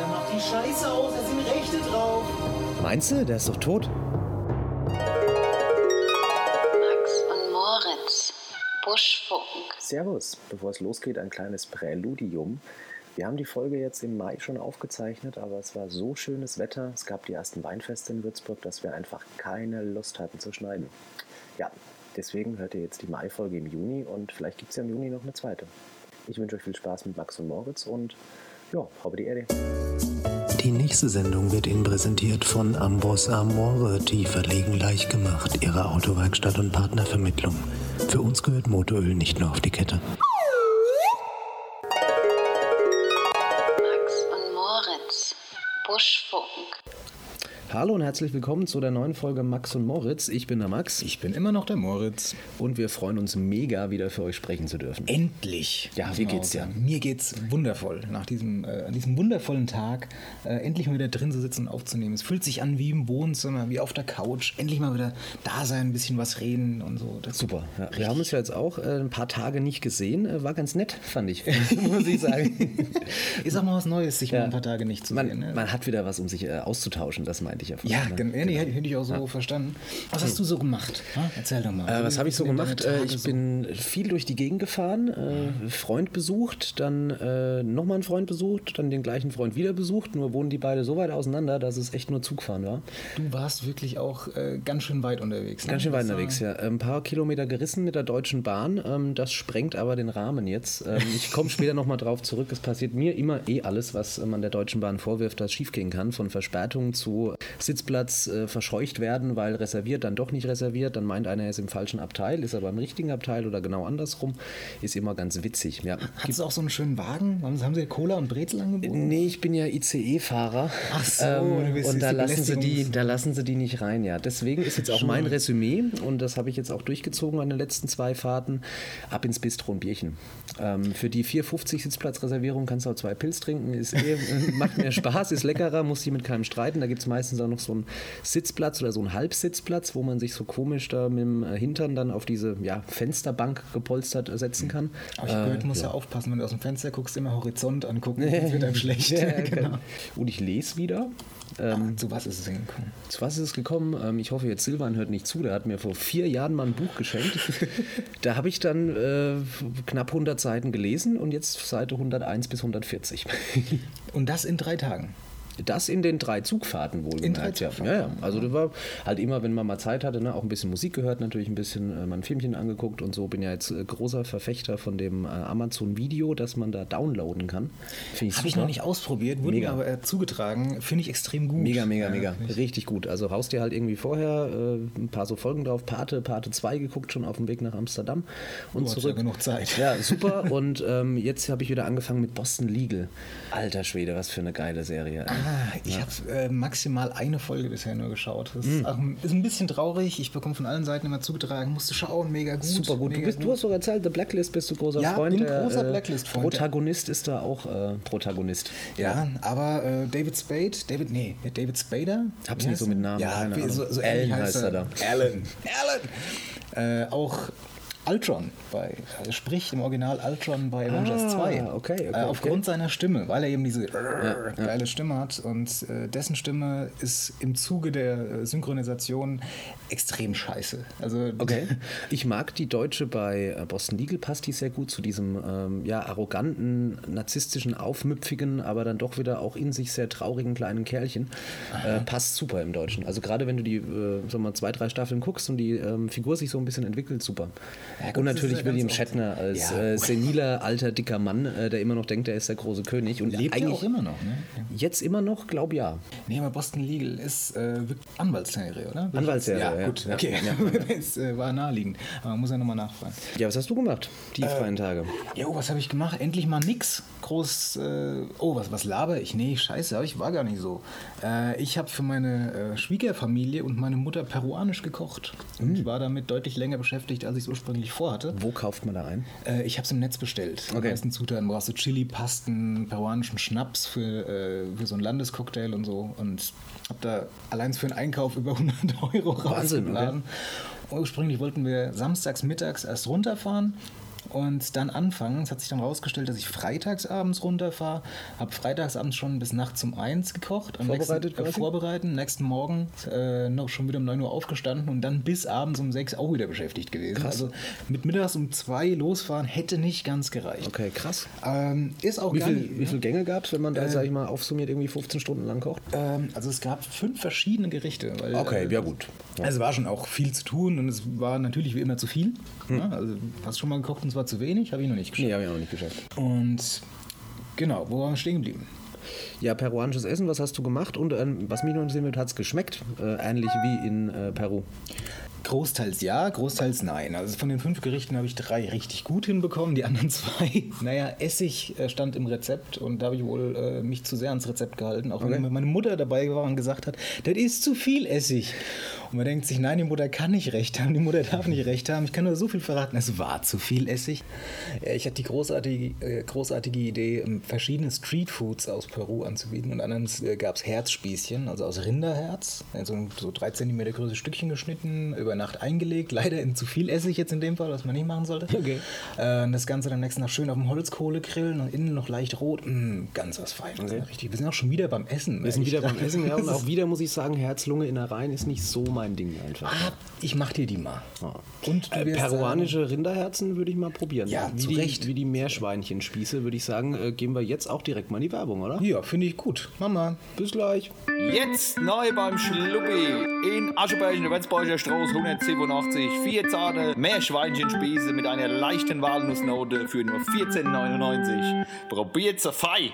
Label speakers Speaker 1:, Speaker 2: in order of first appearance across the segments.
Speaker 1: dann macht die Scheiße aus, da sind Rechte drauf.
Speaker 2: Meinst du, der ist doch tot?
Speaker 3: Max und Moritz. Buschfunk.
Speaker 2: Servus, bevor es losgeht, ein kleines Präludium. Wir haben die Folge jetzt im Mai schon aufgezeichnet, aber es war so schönes Wetter, es gab die ersten Weinfeste in Würzburg, dass wir einfach keine Lust hatten zu schneiden. Ja, deswegen hört ihr jetzt die Mai-Folge im Juni und vielleicht gibt es ja im Juni noch eine zweite. Ich wünsche euch viel Spaß mit Max und Moritz und ja, habe die Erde.
Speaker 4: Die nächste Sendung wird Ihnen präsentiert von Ambros Amore, die verlegen leicht gemacht, ihre Autowerkstatt und Partnervermittlung. Für uns gehört Motoröl nicht nur auf die Kette.
Speaker 3: Max und Moritz. Buschfunk.
Speaker 2: Hallo und herzlich willkommen zu der neuen Folge Max und Moritz. Ich bin der Max
Speaker 5: Ich bin immer noch der Moritz.
Speaker 2: und wir freuen uns mega, wieder für euch sprechen zu dürfen.
Speaker 5: Endlich.
Speaker 2: Ja,
Speaker 5: muss
Speaker 2: wie
Speaker 5: man
Speaker 2: geht's
Speaker 5: auch
Speaker 2: dir?
Speaker 5: sagen. Mir geht's wundervoll. Nach diesem, äh, an diesem wundervollen Tag äh, endlich mal wieder drin zu sitzen und aufzunehmen. Es fühlt sich an wie im Wohnzimmer, wie auf der Couch. Endlich mal wieder da sein, ein bisschen was reden und so. Das
Speaker 2: Super. Ja, wir haben uns ja jetzt auch äh, ein paar Tage nicht gesehen. Äh, war ganz nett, fand ich, muss ich sagen.
Speaker 5: Ist auch mal was Neues, sich mal
Speaker 2: Ja.
Speaker 5: ein paar Tage nicht zu
Speaker 2: man,
Speaker 5: sehen. ne?
Speaker 2: man hat wieder was, um sich äh, auszutauschen, das meinte ich ja vorhin.
Speaker 5: ja,
Speaker 2: ne?
Speaker 5: gen- äh, nee, hätte hätte ich auch so verstanden. Was hast du so gemacht? Ha? Erzähl doch mal.
Speaker 2: Hm. Äh, was
Speaker 5: Wie
Speaker 2: habe ich so
Speaker 5: sind deine
Speaker 2: gemacht? Äh,
Speaker 5: Tage
Speaker 2: ich
Speaker 5: so?
Speaker 2: bin viel durch die Gegend gefahren, äh, Freund besucht, dann äh, nochmal einen Freund besucht, dann den gleichen Freund wieder besucht. Nur wohnen die beide so weit auseinander, dass es echt nur Zugfahren war.
Speaker 5: Du warst wirklich auch äh, ganz schön weit unterwegs. ne?
Speaker 2: Ganz schön weit
Speaker 5: Das war-
Speaker 2: unterwegs, ja. Ein paar Kilometer gerissen mit der Deutschen Bahn. Ähm, das sprengt aber den Rahmen jetzt. Ähm, ich komme später nochmal drauf zurück. Es passiert mir immer eh alles, was man der Deutschen Bahn vorwirft, das schiefgehen kann. Von Verspätung zu Sitzplatz äh, verscheucht werden, weil reserviert, dann doch nicht reserviert. Dann meint einer, er ist im falschen Abteil, ist aber im richtigen Abteil oder genau andersrum. Ist immer ganz witzig. Ja.
Speaker 5: Hat es auch so einen schönen Wagen? Haben sie, haben sie Cola und Brezel angeboten?
Speaker 2: Nee, ich bin ja ICE-Fahrer.
Speaker 5: Ach so, du bist-
Speaker 2: Ähm, und
Speaker 5: ist
Speaker 2: da
Speaker 5: die
Speaker 2: lassen, sie die,
Speaker 5: Belästigungs-
Speaker 2: da lassen sie die nicht rein, ja. Deswegen ist jetzt auch mein Resümee, und das habe ich jetzt auch durchgezogen an den letzten zwei Fahrten, ab ins Bistro und Bierchen. Ähm, für die 450 Sitzplatzreservierung kannst du auch zwei Pilz trinken, ist eh, macht mehr Spaß, ist leckerer, musst dich mit keinem streiten. Da gibt es meistens auch noch so einen Sitzplatz oder so einen Halbsitzplatz, wo man sich so komisch da mit dem äh, Hintern dann auf diese ja, Fensterbank gepolstert äh,
Speaker 5: Hm.
Speaker 2: setzen kann.
Speaker 5: Aber ich gehört, muss Äh, ja. aufpassen, wenn du aus dem Fenster guckst, immer Horizont angucken, sonst wird einem schlecht.
Speaker 2: Ja,
Speaker 5: genau.
Speaker 2: Und ich lese wieder.
Speaker 5: Ah, zu was ist es hingekommen?
Speaker 2: Zu was ist es gekommen? Ähm, ich hoffe, jetzt Silvan hört nicht zu. Der hat mir vor vier Jahren mal ein Buch geschenkt. da habe ich dann äh, knapp 100 Seiten gelesen und jetzt Seite 101 bis 140.
Speaker 5: Und das in drei Tagen.
Speaker 2: Das in den drei Zugfahrten wohl.
Speaker 5: In drei
Speaker 2: ja.
Speaker 5: Zugfahrten.
Speaker 2: ja, ja. Also das war halt immer, wenn man mal Zeit hatte, ne? auch ein bisschen Musik gehört, natürlich ein bisschen äh, mal ein Filmchen angeguckt und so. Bin ja jetzt äh, großer Verfechter von dem äh, Amazon Video, das man da downloaden kann. Finde
Speaker 5: Habe ich
Speaker 2: super.
Speaker 5: noch nicht ausprobiert, wurde
Speaker 2: Mega.
Speaker 5: mir aber äh, zugetragen. Finde ich extrem gut.
Speaker 2: Mega, mega,
Speaker 5: Ja,
Speaker 2: mega.
Speaker 5: finde ich.
Speaker 2: Richtig gut. Also haust dir halt irgendwie vorher äh, ein paar so Folgen drauf. Pate, Pate 2 geguckt, schon auf dem Weg nach Amsterdam und
Speaker 5: Du hast Oh, ja
Speaker 2: zurück.
Speaker 5: genug Zeit.
Speaker 2: Ja, super. Und ähm, jetzt habe ich wieder angefangen mit Boston Legal. Alter Schwede, was für eine geile Serie.
Speaker 5: Ah, ich habe äh, maximal eine Folge bisher nur geschaut. Das ist, auch, ein- ist ein bisschen traurig. Ich bekomme von allen Seiten immer zugetragen. Musste schauen, mega gut.
Speaker 2: Super gut. Du,
Speaker 5: mega
Speaker 2: bist, du hast sogar erzählt, The Blacklist bist du großer
Speaker 5: Ja,
Speaker 2: Freund.
Speaker 5: bin
Speaker 2: Der,
Speaker 5: großer
Speaker 2: äh,
Speaker 5: Blacklist-Freund.
Speaker 2: Protagonist ist da auch äh, Protagonist.
Speaker 5: Ja, aber äh, David Spade, David, nee, David Spader.
Speaker 2: Hab's
Speaker 5: Wie
Speaker 2: nicht so
Speaker 5: heißt
Speaker 2: mit
Speaker 5: er?
Speaker 2: Namen,
Speaker 5: Ja,
Speaker 2: keine
Speaker 5: wie-
Speaker 2: Ahnung.
Speaker 5: so, so
Speaker 2: Alan
Speaker 5: ähnlich heißt
Speaker 2: heißt
Speaker 5: er.
Speaker 2: er
Speaker 5: Alan, Alan! Äh, auch Ultron bei, äh, spricht im Original Ultron bei Avengers 2.
Speaker 2: Ah, okay, okay,
Speaker 5: äh, aufgrund
Speaker 2: okay.
Speaker 5: seiner Stimme, weil er eben diese geile Stimme hat und äh, dessen Stimme ist im Zuge der äh, Synchronisation extrem scheiße. Also
Speaker 2: Okay. Ich mag die Deutsche bei äh, Boston Legal, passt die sehr gut zu diesem ähm, ja, arroganten, narzisstischen, aufmüpfigen, aber dann doch wieder auch in sich sehr traurigen kleinen Kerlchen. Äh, passt super im Deutschen. Also gerade wenn du die äh, sagen wir mal, zwei, drei Staffeln guckst und die ähm, Figur sich so ein bisschen entwickelt, super.
Speaker 5: Ja, gut,
Speaker 2: und
Speaker 5: das ist
Speaker 2: natürlich
Speaker 5: ja ganz
Speaker 2: William
Speaker 5: oft.
Speaker 2: Shatner als
Speaker 5: Ja.
Speaker 2: äh, seniler, alter, dicker Mann, äh, der immer noch denkt, er ist der große König. Und
Speaker 5: lebt er
Speaker 2: eigentlich
Speaker 5: auch immer noch, ne?
Speaker 2: Jetzt immer noch, glaub ja.
Speaker 5: Nee, aber Boston Legal ist äh, wirklich Anwaltsserie, oder?
Speaker 2: Anwaltsserie,
Speaker 5: ja.
Speaker 2: ja.
Speaker 5: gut,
Speaker 2: Ja,
Speaker 5: okay. das äh, war naheliegend. Aber man muss ja nochmal nachfragen.
Speaker 2: Ja, was hast du gemacht, die freien Tage?
Speaker 5: Jo, was habe ich gemacht? Endlich mal nix. Groß, äh, oh, was, was laber ich? Nee, scheiße, aber ich war gar nicht so. Äh, ich habe für meine äh, Schwiegerfamilie und meine Mutter peruanisch gekocht.
Speaker 2: Hm.
Speaker 5: Und ich war damit deutlich länger beschäftigt, als ich es ursprünglich vorhatte.
Speaker 2: Wo kauft man da ein?
Speaker 5: Äh, ich habe es im Netz bestellt. Die
Speaker 2: Okay.
Speaker 5: meisten Zutaten brauchst du Chili, Pasten, peruanischen Schnaps für, äh, für so einen Landescocktail und so. Und habe da allein für den Einkauf über 100 Euro
Speaker 2: Wahnsinn,
Speaker 5: rausgeladen. Ursprünglich wollten wir samstags mittags erst runterfahren. und dann anfangen. Es hat sich dann rausgestellt, dass ich freitagsabends runterfahre, habe freitagsabends schon bis nachts um eins gekocht. Am
Speaker 2: Vorbereitet
Speaker 5: nächsten, äh,
Speaker 2: quasi?
Speaker 5: vorbereiten, nächsten Morgen äh, noch schon wieder um 9 Uhr aufgestanden und dann bis abends um 6 auch wieder beschäftigt gewesen. Also mit mittags um 2 losfahren hätte nicht ganz gereicht.
Speaker 2: Okay, krass.
Speaker 5: Ähm, ist auch
Speaker 2: Wie,
Speaker 5: gar
Speaker 2: viel,
Speaker 5: nicht.
Speaker 2: wie viele Gänge gab es, wenn man da, sag ich mal, aufsummiert irgendwie 15 Stunden lang kocht?
Speaker 5: Ähm, also es gab fünf verschiedene Gerichte. Weil,
Speaker 2: Okay,
Speaker 5: äh,
Speaker 2: ja gut.
Speaker 5: Es war schon auch viel zu tun und es war natürlich wie immer zu viel. Ja, also hast schon mal gekocht und zwar zu wenig, habe ich noch nicht geschafft.
Speaker 2: Hm. Nee, habe ich noch nicht geschafft.
Speaker 5: Und genau, wo waren wir stehen geblieben?
Speaker 2: Ja, peruanisches Essen, was hast du gemacht? Und ähm, was mich noch interessiert hat, hat es geschmeckt? Äh, ähnlich wie in äh, Peru.
Speaker 5: Großteils ja, großteils nein. Also von den fünf Gerichten habe ich drei richtig gut hinbekommen, die anderen zwei. Naja, Essig äh, stand im Rezept und da habe ich wohl äh, mich zu sehr ans Rezept gehalten, auch wenn meine Mutter dabei war und gesagt hat, das ist zu viel Essig. Und man denkt sich, nein, die Mutter kann nicht recht haben, die Mutter darf nicht recht haben, Ähm, ich kann nur so viel verraten, es war zu viel Essig. Äh, Ich hatte die großartige, äh, großartige Idee, ähm, verschiedene Streetfoods aus Peru anzubieten und anderen gab es Herzspießchen, also aus Rinderherz, also ein so 3 cm große Stückchen geschnitten, über Nacht eingelegt, leider in zu viel Essig jetzt in dem Fall, was man nicht machen sollte.
Speaker 2: Okay.
Speaker 5: Äh, das Ganze dann am nächsten Tag schön auf dem Holzkohle grillen und innen noch leicht rot, Mm, ganz was Feines. ne? Richtig. Wir sind auch schon wieder beim Essen.
Speaker 2: Wir sind wieder beim Essen, ja. Und auch wieder muss ich sagen, Herz, Lunge, Innereien ist nicht so mein Ding einfach.
Speaker 5: Ah, ich mach dir die mal. Und
Speaker 2: Äh,
Speaker 5: wirst
Speaker 2: peruanische Rinderherzen würde ich mal probieren.
Speaker 5: Ja,
Speaker 2: wie
Speaker 5: zu
Speaker 2: die,
Speaker 5: Recht.
Speaker 2: Wie die Meerschweinchenspieße würde ich sagen, äh, geben wir jetzt auch direkt mal in die Werbung, oder?
Speaker 5: Sagen, ja, finde ich gut. Mama.
Speaker 2: Bis gleich.
Speaker 6: Jetzt neu beim Schluppi in Aschebergen, Wenzbeuger Stroß 187, vier zarte Meerschweinchenspieße mit einer leichten Walnussnote für nur 14,99. Probiert's fei!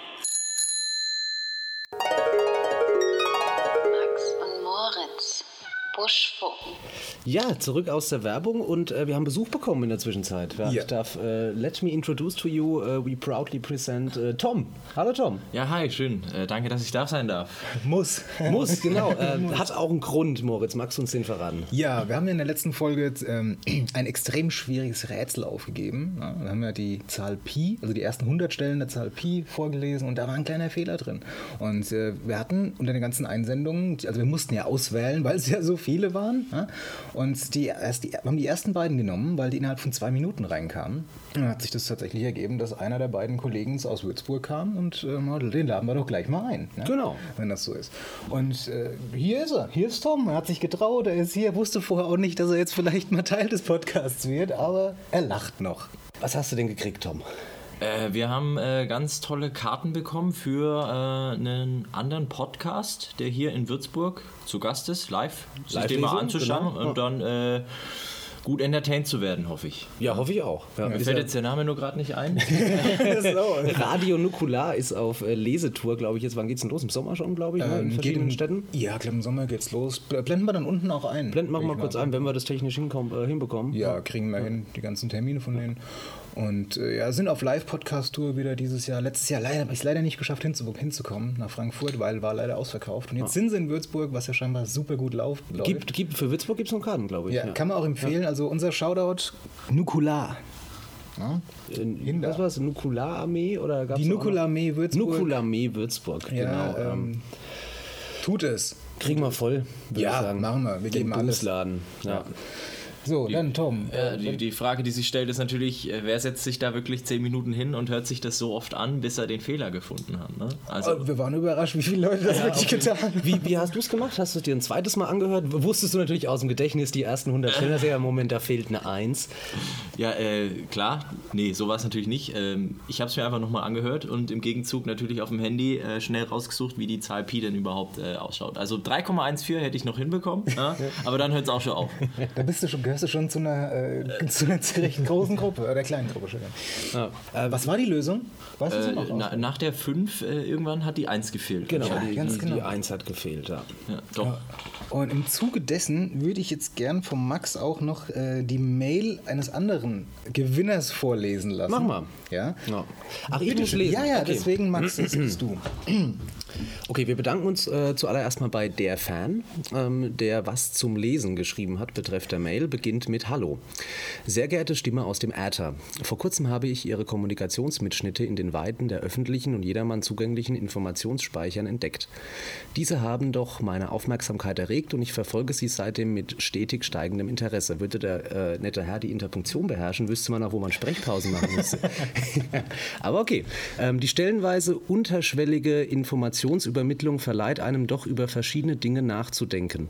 Speaker 3: Max und Moritz. Buschfunken.
Speaker 2: Ja, zurück aus der Werbung und äh, wir haben Besuch bekommen in der Zwischenzeit. Ja.
Speaker 5: Ja.
Speaker 2: Ich darf, äh, let me introduce to you, äh, we proudly present äh, Tom. Hallo Tom.
Speaker 7: Ja, hi, schön. Äh, danke, dass ich da sein darf.
Speaker 5: Muss.
Speaker 2: Muss, genau. Äh, hat auch einen Grund, Moritz. Magst du uns den verraten?
Speaker 5: Ja, wir haben ja in der letzten Folge ähm, ein extrem schwieriges Rätsel aufgegeben. Ja, da haben wir die Zahl Pi, also die ersten 100 Stellen der Zahl Pi vorgelesen und da war ein kleiner Fehler drin. Und äh, wir hatten unter den ganzen Einsendungen, also wir mussten ja auswählen, weil es ja so viele waren. Ja? Und die, erst die, wir haben die ersten beiden genommen, weil die innerhalb von zwei Minuten reinkamen. Und Dann hat sich das tatsächlich ergeben, dass einer der beiden Kollegen aus Würzburg kam und äh, mal, den laden wir doch gleich mal ein. Ne?
Speaker 2: Genau.
Speaker 5: wenn das so ist. Und äh, hier ist er, hier ist Tom, er hat sich getraut, er ist hier, wusste vorher auch nicht, dass er jetzt vielleicht mal Teil des Podcasts wird, aber er lacht noch.
Speaker 2: Was hast du denn gekriegt, Tom?
Speaker 7: Äh, wir haben äh, ganz tolle Karten bekommen für äh, einen anderen Podcast, der hier in Würzburg zu Gast ist, live, sich den mal
Speaker 2: Live-Lesung,
Speaker 7: anzuschauen
Speaker 2: genau.
Speaker 7: und dann äh, gut entertained zu werden, hoffe ich.
Speaker 2: Ja, hoffe ich auch. Ja,
Speaker 7: Mir
Speaker 2: ist
Speaker 7: fällt
Speaker 2: ja-
Speaker 7: jetzt der Name nur gerade nicht ein.
Speaker 5: Ähm,
Speaker 2: Radio Nukular ist auf äh, Lesetour, glaube ich. Jetzt, wann geht's denn los? Im Sommer schon, glaube ich, ne? in verschiedenen
Speaker 5: im-
Speaker 2: Städten.
Speaker 5: Ja, ich glaube, im Sommer geht's los. Bl- Blenden wir dann unten auch ein.
Speaker 2: Blenden wir
Speaker 5: Will
Speaker 2: mal
Speaker 5: ich
Speaker 2: kurz ein, wenn wir das technisch hinkommen, äh, hinbekommen.
Speaker 5: Ja, kriegen wir hin, die ganzen Termine von denen. Und äh, ja, sind auf Live-Podcast-Tour wieder dieses Jahr. Letztes Jahr leider, habe ich es leider nicht geschafft, hinzu, hinzukommen nach Frankfurt, weil war leider ausverkauft. Und jetzt sind sie in Würzburg, was ja scheinbar super gut lauf, läuft.
Speaker 2: Ah. Gibt, gibt, für Würzburg gibt es noch Karten, glaube ich.
Speaker 5: ja, kann man auch empfehlen. Also unser Shoutout Nukular. Ja?
Speaker 2: In, was war es? Nukulararmee? Oder gab's
Speaker 5: Die
Speaker 2: auch noch-
Speaker 5: Nukularmee Würzburg.
Speaker 2: Nukulararmee Würzburg,
Speaker 5: ja,
Speaker 2: genau. Ähm,
Speaker 5: ähm, tut es.
Speaker 2: kriegen wir voll, würde
Speaker 5: ja,
Speaker 2: ich sagen.
Speaker 5: machen wir. Wir
Speaker 2: Den
Speaker 5: geben alles.
Speaker 2: Bumsladen, Ja.
Speaker 5: So, dann Tom.
Speaker 7: Ja, die, die Frage, die sich stellt, ist natürlich, äh, wer setzt sich da wirklich zehn Minuten hin und hört sich das so oft an, bis er den Fehler gefunden hat. Ne? Also,
Speaker 5: Oh, wir waren überrascht, wie viele Leute das wirklich getan haben.
Speaker 2: Wie, wie hast du es gemacht? Hast du es dir ein zweites Mal angehört? Wusstest du natürlich aus dem Gedächtnis die ersten 100 Stellen? Das ist ja im Moment, da fehlt eine Eins.
Speaker 7: Ja, äh, klar. Nee, so war es natürlich nicht. Ähm, ich habe es mir einfach nochmal angehört und im Gegenzug natürlich auf dem Handy äh, schnell rausgesucht, wie die Zahl Pi denn überhaupt äh, ausschaut. Also 3,14 hätte ich noch hinbekommen, ja, aber dann hört es auch schon auf.
Speaker 5: Da bist du schon, gehörst du schon zu einer, äh, zu einer recht großen Gruppe oder kleinen Gruppe. Entschuldigung. Äh, was war die Lösung? Weißt du
Speaker 7: Äh,
Speaker 5: sie noch?
Speaker 7: na, nach der 5 äh, irgendwann hat die 1 gefehlt.
Speaker 2: Genau,
Speaker 5: Ja,
Speaker 2: die,
Speaker 5: ganz
Speaker 2: die, die
Speaker 5: genau.
Speaker 2: Eins hat gefehlt, ja.
Speaker 7: Ja, doch.
Speaker 5: Und im Zuge dessen würde ich jetzt gern von Max auch noch äh, die Mail eines anderen Gewinners vorlesen lassen.
Speaker 2: Mach mal.
Speaker 5: Ja.
Speaker 2: Ja. Ach, ich muss
Speaker 5: schön.
Speaker 2: lesen.
Speaker 5: Ja, ja,
Speaker 2: Okay.
Speaker 5: deswegen, Max, das bist du.
Speaker 2: Okay, wir bedanken uns äh, zuallererst mal bei der Fan, ähm, der was zum Lesen geschrieben hat, betreffend der Mail, beginnt mit Hallo. Sehr geehrte Stimme aus dem Äther, vor kurzem habe ich Ihre Kommunikationsmitschnitte in den Weiten der öffentlichen und jedermann zugänglichen Informationsspeichern entdeckt. Diese haben doch meine Aufmerksamkeit erregt und ich verfolge sie seitdem mit stetig steigendem Interesse. Würde der äh, nette Herr die Interpunktion beherrschen, wüsste man auch, wo man Sprechpausen machen müsste. Aber okay, ähm, die stellenweise unterschwellige Informationsübermittlung verleiht einem doch über verschiedene Dinge nachzudenken.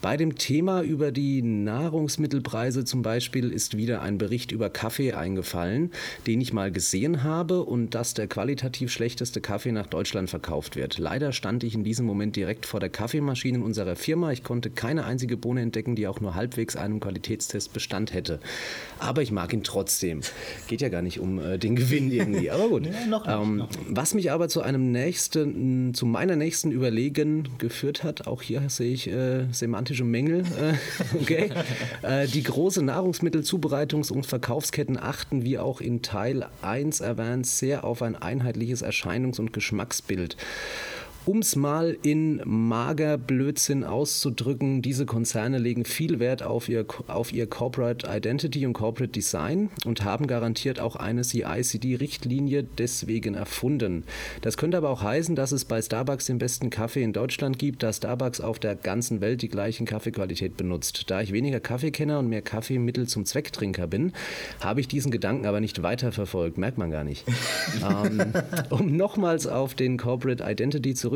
Speaker 2: Bei dem Thema über die Nahrungsmittelpreise zum Beispiel ist wieder ein Bericht über Kaffee eingefallen, den ich mal gesehen habe und dass der qualitativ schlechteste Kaffee nach Deutschland verkauft wird. Leider stand ich in diesem Moment direkt vor der Kaffeemaschine in unserer Firma. Ich konnte keine einzige Bohne entdecken, die auch nur halbwegs einem Qualitätstest Bestand hätte. Aber ich mag ihn trotzdem. Geht ja gar nicht um äh, den Gewinn irgendwie, aber gut.
Speaker 5: noch nicht,
Speaker 2: ähm, was mich aber zu einem nächsten, zu meiner nächsten Überlegen geführt hat, auch hier sehe ich äh, semantische Mängel, äh, okay. äh, die große Nahrungsmittelzubereitungs- und Verkaufsketten achten, wie auch in Teil 1 erwähnt, sehr auf ein einheitliches Erscheinungs- und Geschmacksbild. Um es mal in mager Blödsinn auszudrücken, diese Konzerne legen viel Wert auf ihr, auf ihr Corporate Identity und Corporate Design und haben garantiert auch eine CICD-Richtlinie deswegen erfunden. Das könnte aber auch heißen, dass es bei Starbucks den besten Kaffee in Deutschland gibt, da Starbucks auf der ganzen Welt die gleichen Kaffeequalität benutzt. Da ich weniger Kaffeekenner und mehr Kaffeemittel zum Zwecktrinker bin, habe ich diesen Gedanken aber nicht weiterverfolgt. Merkt man gar nicht. ähm, um nochmals auf den Corporate Identity zurückzukommen.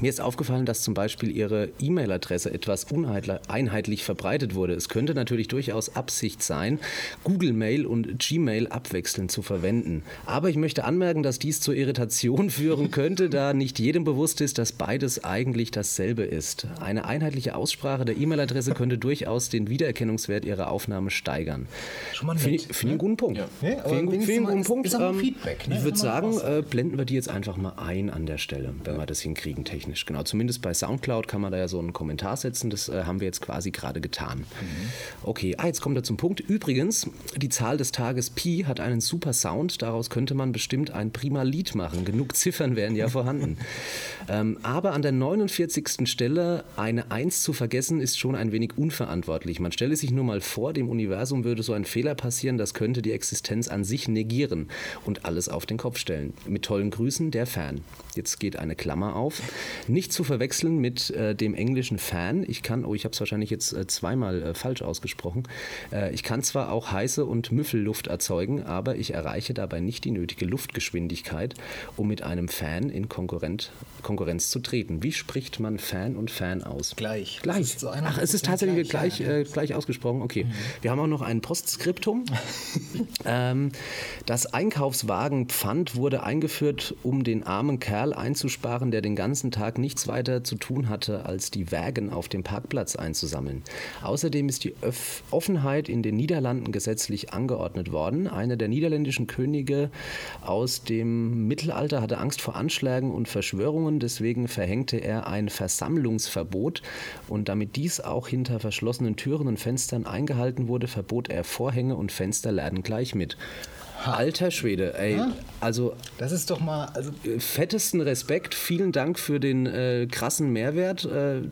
Speaker 2: Mir ist aufgefallen, dass zum Beispiel Ihre E-Mail-Adresse etwas uneinheitlich verbreitet wurde. Es könnte natürlich durchaus Absicht sein, Google Mail und Gmail abwechselnd zu verwenden. Aber ich möchte anmerken, dass dies zur Irritation führen könnte, da nicht jedem bewusst ist, dass beides eigentlich dasselbe ist. Eine einheitliche Aussprache der E-Mail-Adresse könnte durchaus den Wiedererkennungswert Ihrer Aufnahme steigern.
Speaker 5: Schon mal nett,
Speaker 2: Finde ich, find ich einen guten Punkt.
Speaker 5: Ja, aber
Speaker 2: Finde ich einen gu-
Speaker 5: wenigstens
Speaker 2: finde ich einen
Speaker 5: mal
Speaker 2: guten
Speaker 5: ist-
Speaker 2: Punkt.
Speaker 5: ist auch ein
Speaker 2: Ähm,
Speaker 5: Feedback, ne?
Speaker 2: Ich
Speaker 5: Kann
Speaker 2: würde
Speaker 5: man
Speaker 2: sagen,
Speaker 5: was-
Speaker 2: äh, blenden wir die jetzt einfach mal ein an der Stelle, wenn wir das hinkriegen technisch. Genau, zumindest bei Soundcloud kann man da ja so einen Kommentar setzen. Das äh, haben wir jetzt quasi gerade getan.
Speaker 5: Mhm.
Speaker 2: Okay, ah, jetzt kommt er zum Punkt. Übrigens, die Zahl des Tages Pi hat einen super Sound. Daraus könnte man bestimmt ein prima Lied machen. Genug Ziffern wären ja vorhanden. ähm, aber an der 49. Stelle eine 1 zu vergessen, ist schon ein wenig unverantwortlich. Man stelle sich nur mal vor, dem Universum würde so ein Fehler passieren, das könnte die Existenz an sich negieren und alles auf den Kopf stellen. Mit tollen Grüßen, der Fan. Jetzt geht eine Klammer auf. Nicht zu verwechseln mit äh, dem englischen Fan. Ich kann, oh, ich habe es wahrscheinlich jetzt äh, zweimal äh, falsch ausgesprochen. Äh, ich kann zwar auch heiße und Müffelluft erzeugen, aber ich erreiche dabei nicht die nötige Luftgeschwindigkeit, um mit einem Fan in Konkurrent, Konkurrenz zu treten. Wie spricht man Fan und Fan aus?
Speaker 5: Gleich. Es
Speaker 2: Gleich.
Speaker 5: ist zu
Speaker 2: Ach, es ist
Speaker 5: 100%
Speaker 2: tatsächlich gleich,
Speaker 5: gleich, Mhm.
Speaker 2: äh, gleich ausgesprochen. Okay. Wir haben auch noch ein Postskriptum. ähm, das Einkaufswagenpfand wurde eingeführt, um den armen Kerl einzusparen, der den ganzen Tag nichts weiter zu tun hatte, als die Wägen auf dem Parkplatz einzusammeln. Außerdem ist die Öff Offenheit in den Niederlanden gesetzlich angeordnet worden. Einer der niederländischen Könige aus dem Mittelalter hatte Angst vor Anschlägen und Verschwörungen, deswegen verhängte er ein Versammlungsverbot und damit dies auch hinter verschlossenen Türen und Fenstern eingehalten wurde, verbot er Vorhänge und Fensterladen gleich mit. Alter Schwede, ey, also
Speaker 5: Das ist doch mal, also
Speaker 2: äh, fettesten Respekt, vielen Dank für den äh, krassen Mehrwert, äh,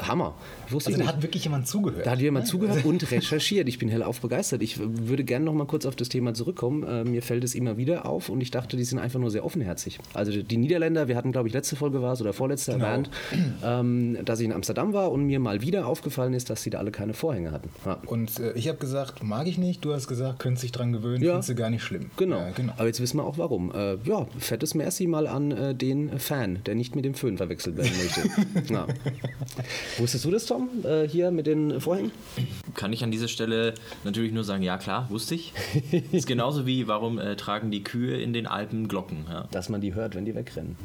Speaker 2: Hammer. Wusste
Speaker 5: Also
Speaker 2: ich
Speaker 5: da
Speaker 2: nicht.
Speaker 5: hat wirklich jemand zugehört.
Speaker 2: Da hat jemand zugehört und recherchiert. Ich bin hellauf begeistert. Ich würde gerne noch mal kurz auf das Thema zurückkommen. Äh, mir fällt es immer wieder auf und ich dachte, die sind einfach nur sehr offenherzig. Also die- die Niederländer, wir hatten, glaube ich, letzte Folge war es oder vorletzte
Speaker 5: Genau.
Speaker 2: erwähnt, ähm, dass ich in Amsterdam war und mir mal wieder aufgefallen ist, dass sie da alle keine Vorhänge hatten. Ja.
Speaker 5: Und äh, ich habe gesagt, mag ich nicht. Du hast gesagt, könntest dich dran gewöhnen,
Speaker 2: Ja.
Speaker 5: findest du gar nicht schlimm.
Speaker 2: Genau.
Speaker 5: Ja, genau.
Speaker 2: Aber jetzt wissen wir auch warum. Äh, ja, fettes Merci mal an äh, den Fan, der nicht mit dem Föhn verwechselt werden möchte. ja. Wusstest du das, Tom, äh, hier mit den Vorhängen?
Speaker 7: Kann ich an dieser Stelle natürlich nur sagen, ja klar, wusste ich. ist genauso wie, warum äh, tragen die Kühe in den Alpen Glocken? Ja.
Speaker 2: Dass man die hört, wenn die wegrennen.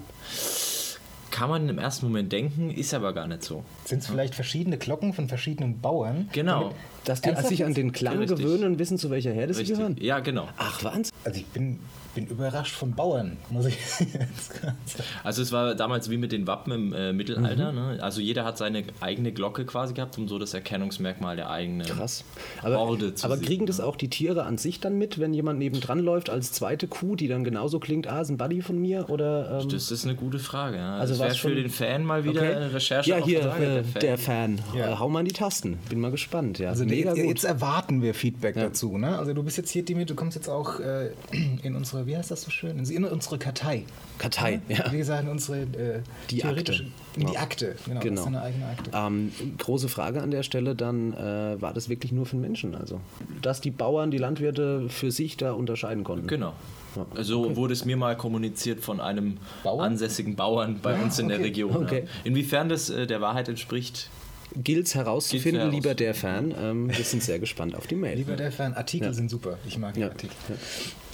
Speaker 7: kann man im ersten Moment denken, ist aber gar nicht so.
Speaker 5: Sind es vielleicht verschiedene Glocken von verschiedenen Bauern?
Speaker 7: Genau.
Speaker 2: Dass die
Speaker 5: Ernsthaft
Speaker 2: sich an den Klang
Speaker 7: Richtig.
Speaker 2: gewöhnen und wissen, zu welcher Herde sie
Speaker 7: Richtig.
Speaker 2: gehören.
Speaker 7: Ja, genau.
Speaker 2: Ach, Wahnsinn.
Speaker 5: Also ich bin, bin überrascht von Bauern, muss ich jetzt ganz sagen.
Speaker 7: Also es war damals wie mit den Wappen im äh, Mittelalter.
Speaker 2: Mhm.
Speaker 7: Ne? Also jeder hat seine eigene Glocke quasi gehabt, um so das Erkennungsmerkmal der eigenen.
Speaker 2: Krass. Aber,
Speaker 7: Orde zu
Speaker 2: aber
Speaker 7: sehen,
Speaker 2: kriegen das auch die Tiere an sich dann mit, wenn jemand nebendran läuft als zweite Kuh, die dann genauso klingt, ah, ist ein Buddy von mir? Oder, ähm,
Speaker 7: Das ist eine gute Frage. Ja.
Speaker 2: Also
Speaker 7: Also das
Speaker 2: war's
Speaker 7: wäre für
Speaker 2: schon-
Speaker 7: den Fan mal wieder
Speaker 2: okay.
Speaker 7: eine Recherche.
Speaker 2: Ja,
Speaker 7: auf
Speaker 2: hier,
Speaker 7: Frage,
Speaker 2: äh, der Fan. Äh, Hau mal in die Tasten. Bin mal gespannt. Ja.
Speaker 5: Also
Speaker 2: Mega
Speaker 5: jetzt,
Speaker 2: gut.
Speaker 5: jetzt erwarten wir Feedback dazu. Ne? Also du bist jetzt hier, Dimi, du kommst jetzt auch äh, in unsere, wie heißt das so schön, in, in unsere Kartei.
Speaker 2: Kartei, ja.
Speaker 5: Wie gesagt, in unsere äh,
Speaker 2: Die
Speaker 5: theoretische-
Speaker 2: Akte.
Speaker 5: In die Akte, genau. Das
Speaker 2: Genau.
Speaker 5: ist eine eigene Akte.
Speaker 2: Ähm, große Frage an der Stelle, dann äh, war das wirklich nur für den Menschen? Also, dass die Bauern, die Landwirte für sich da unterscheiden konnten.
Speaker 7: Genau. So wurde es mir mal kommuniziert von einem
Speaker 5: Bauern? Ah,
Speaker 7: ansässigen Bauern bei uns in der
Speaker 5: okay.
Speaker 7: Region.
Speaker 2: Okay.
Speaker 7: Ja. Inwiefern das äh, der Wahrheit entspricht,
Speaker 2: Gilt's herauszufinden,
Speaker 7: Gilt's heraus-
Speaker 2: lieber der Fan. Ähm, wir sind sehr gespannt auf die Mail.
Speaker 5: Lieber der Fan, Artikel sind super. Ich mag die
Speaker 2: Ja.
Speaker 5: Artikel.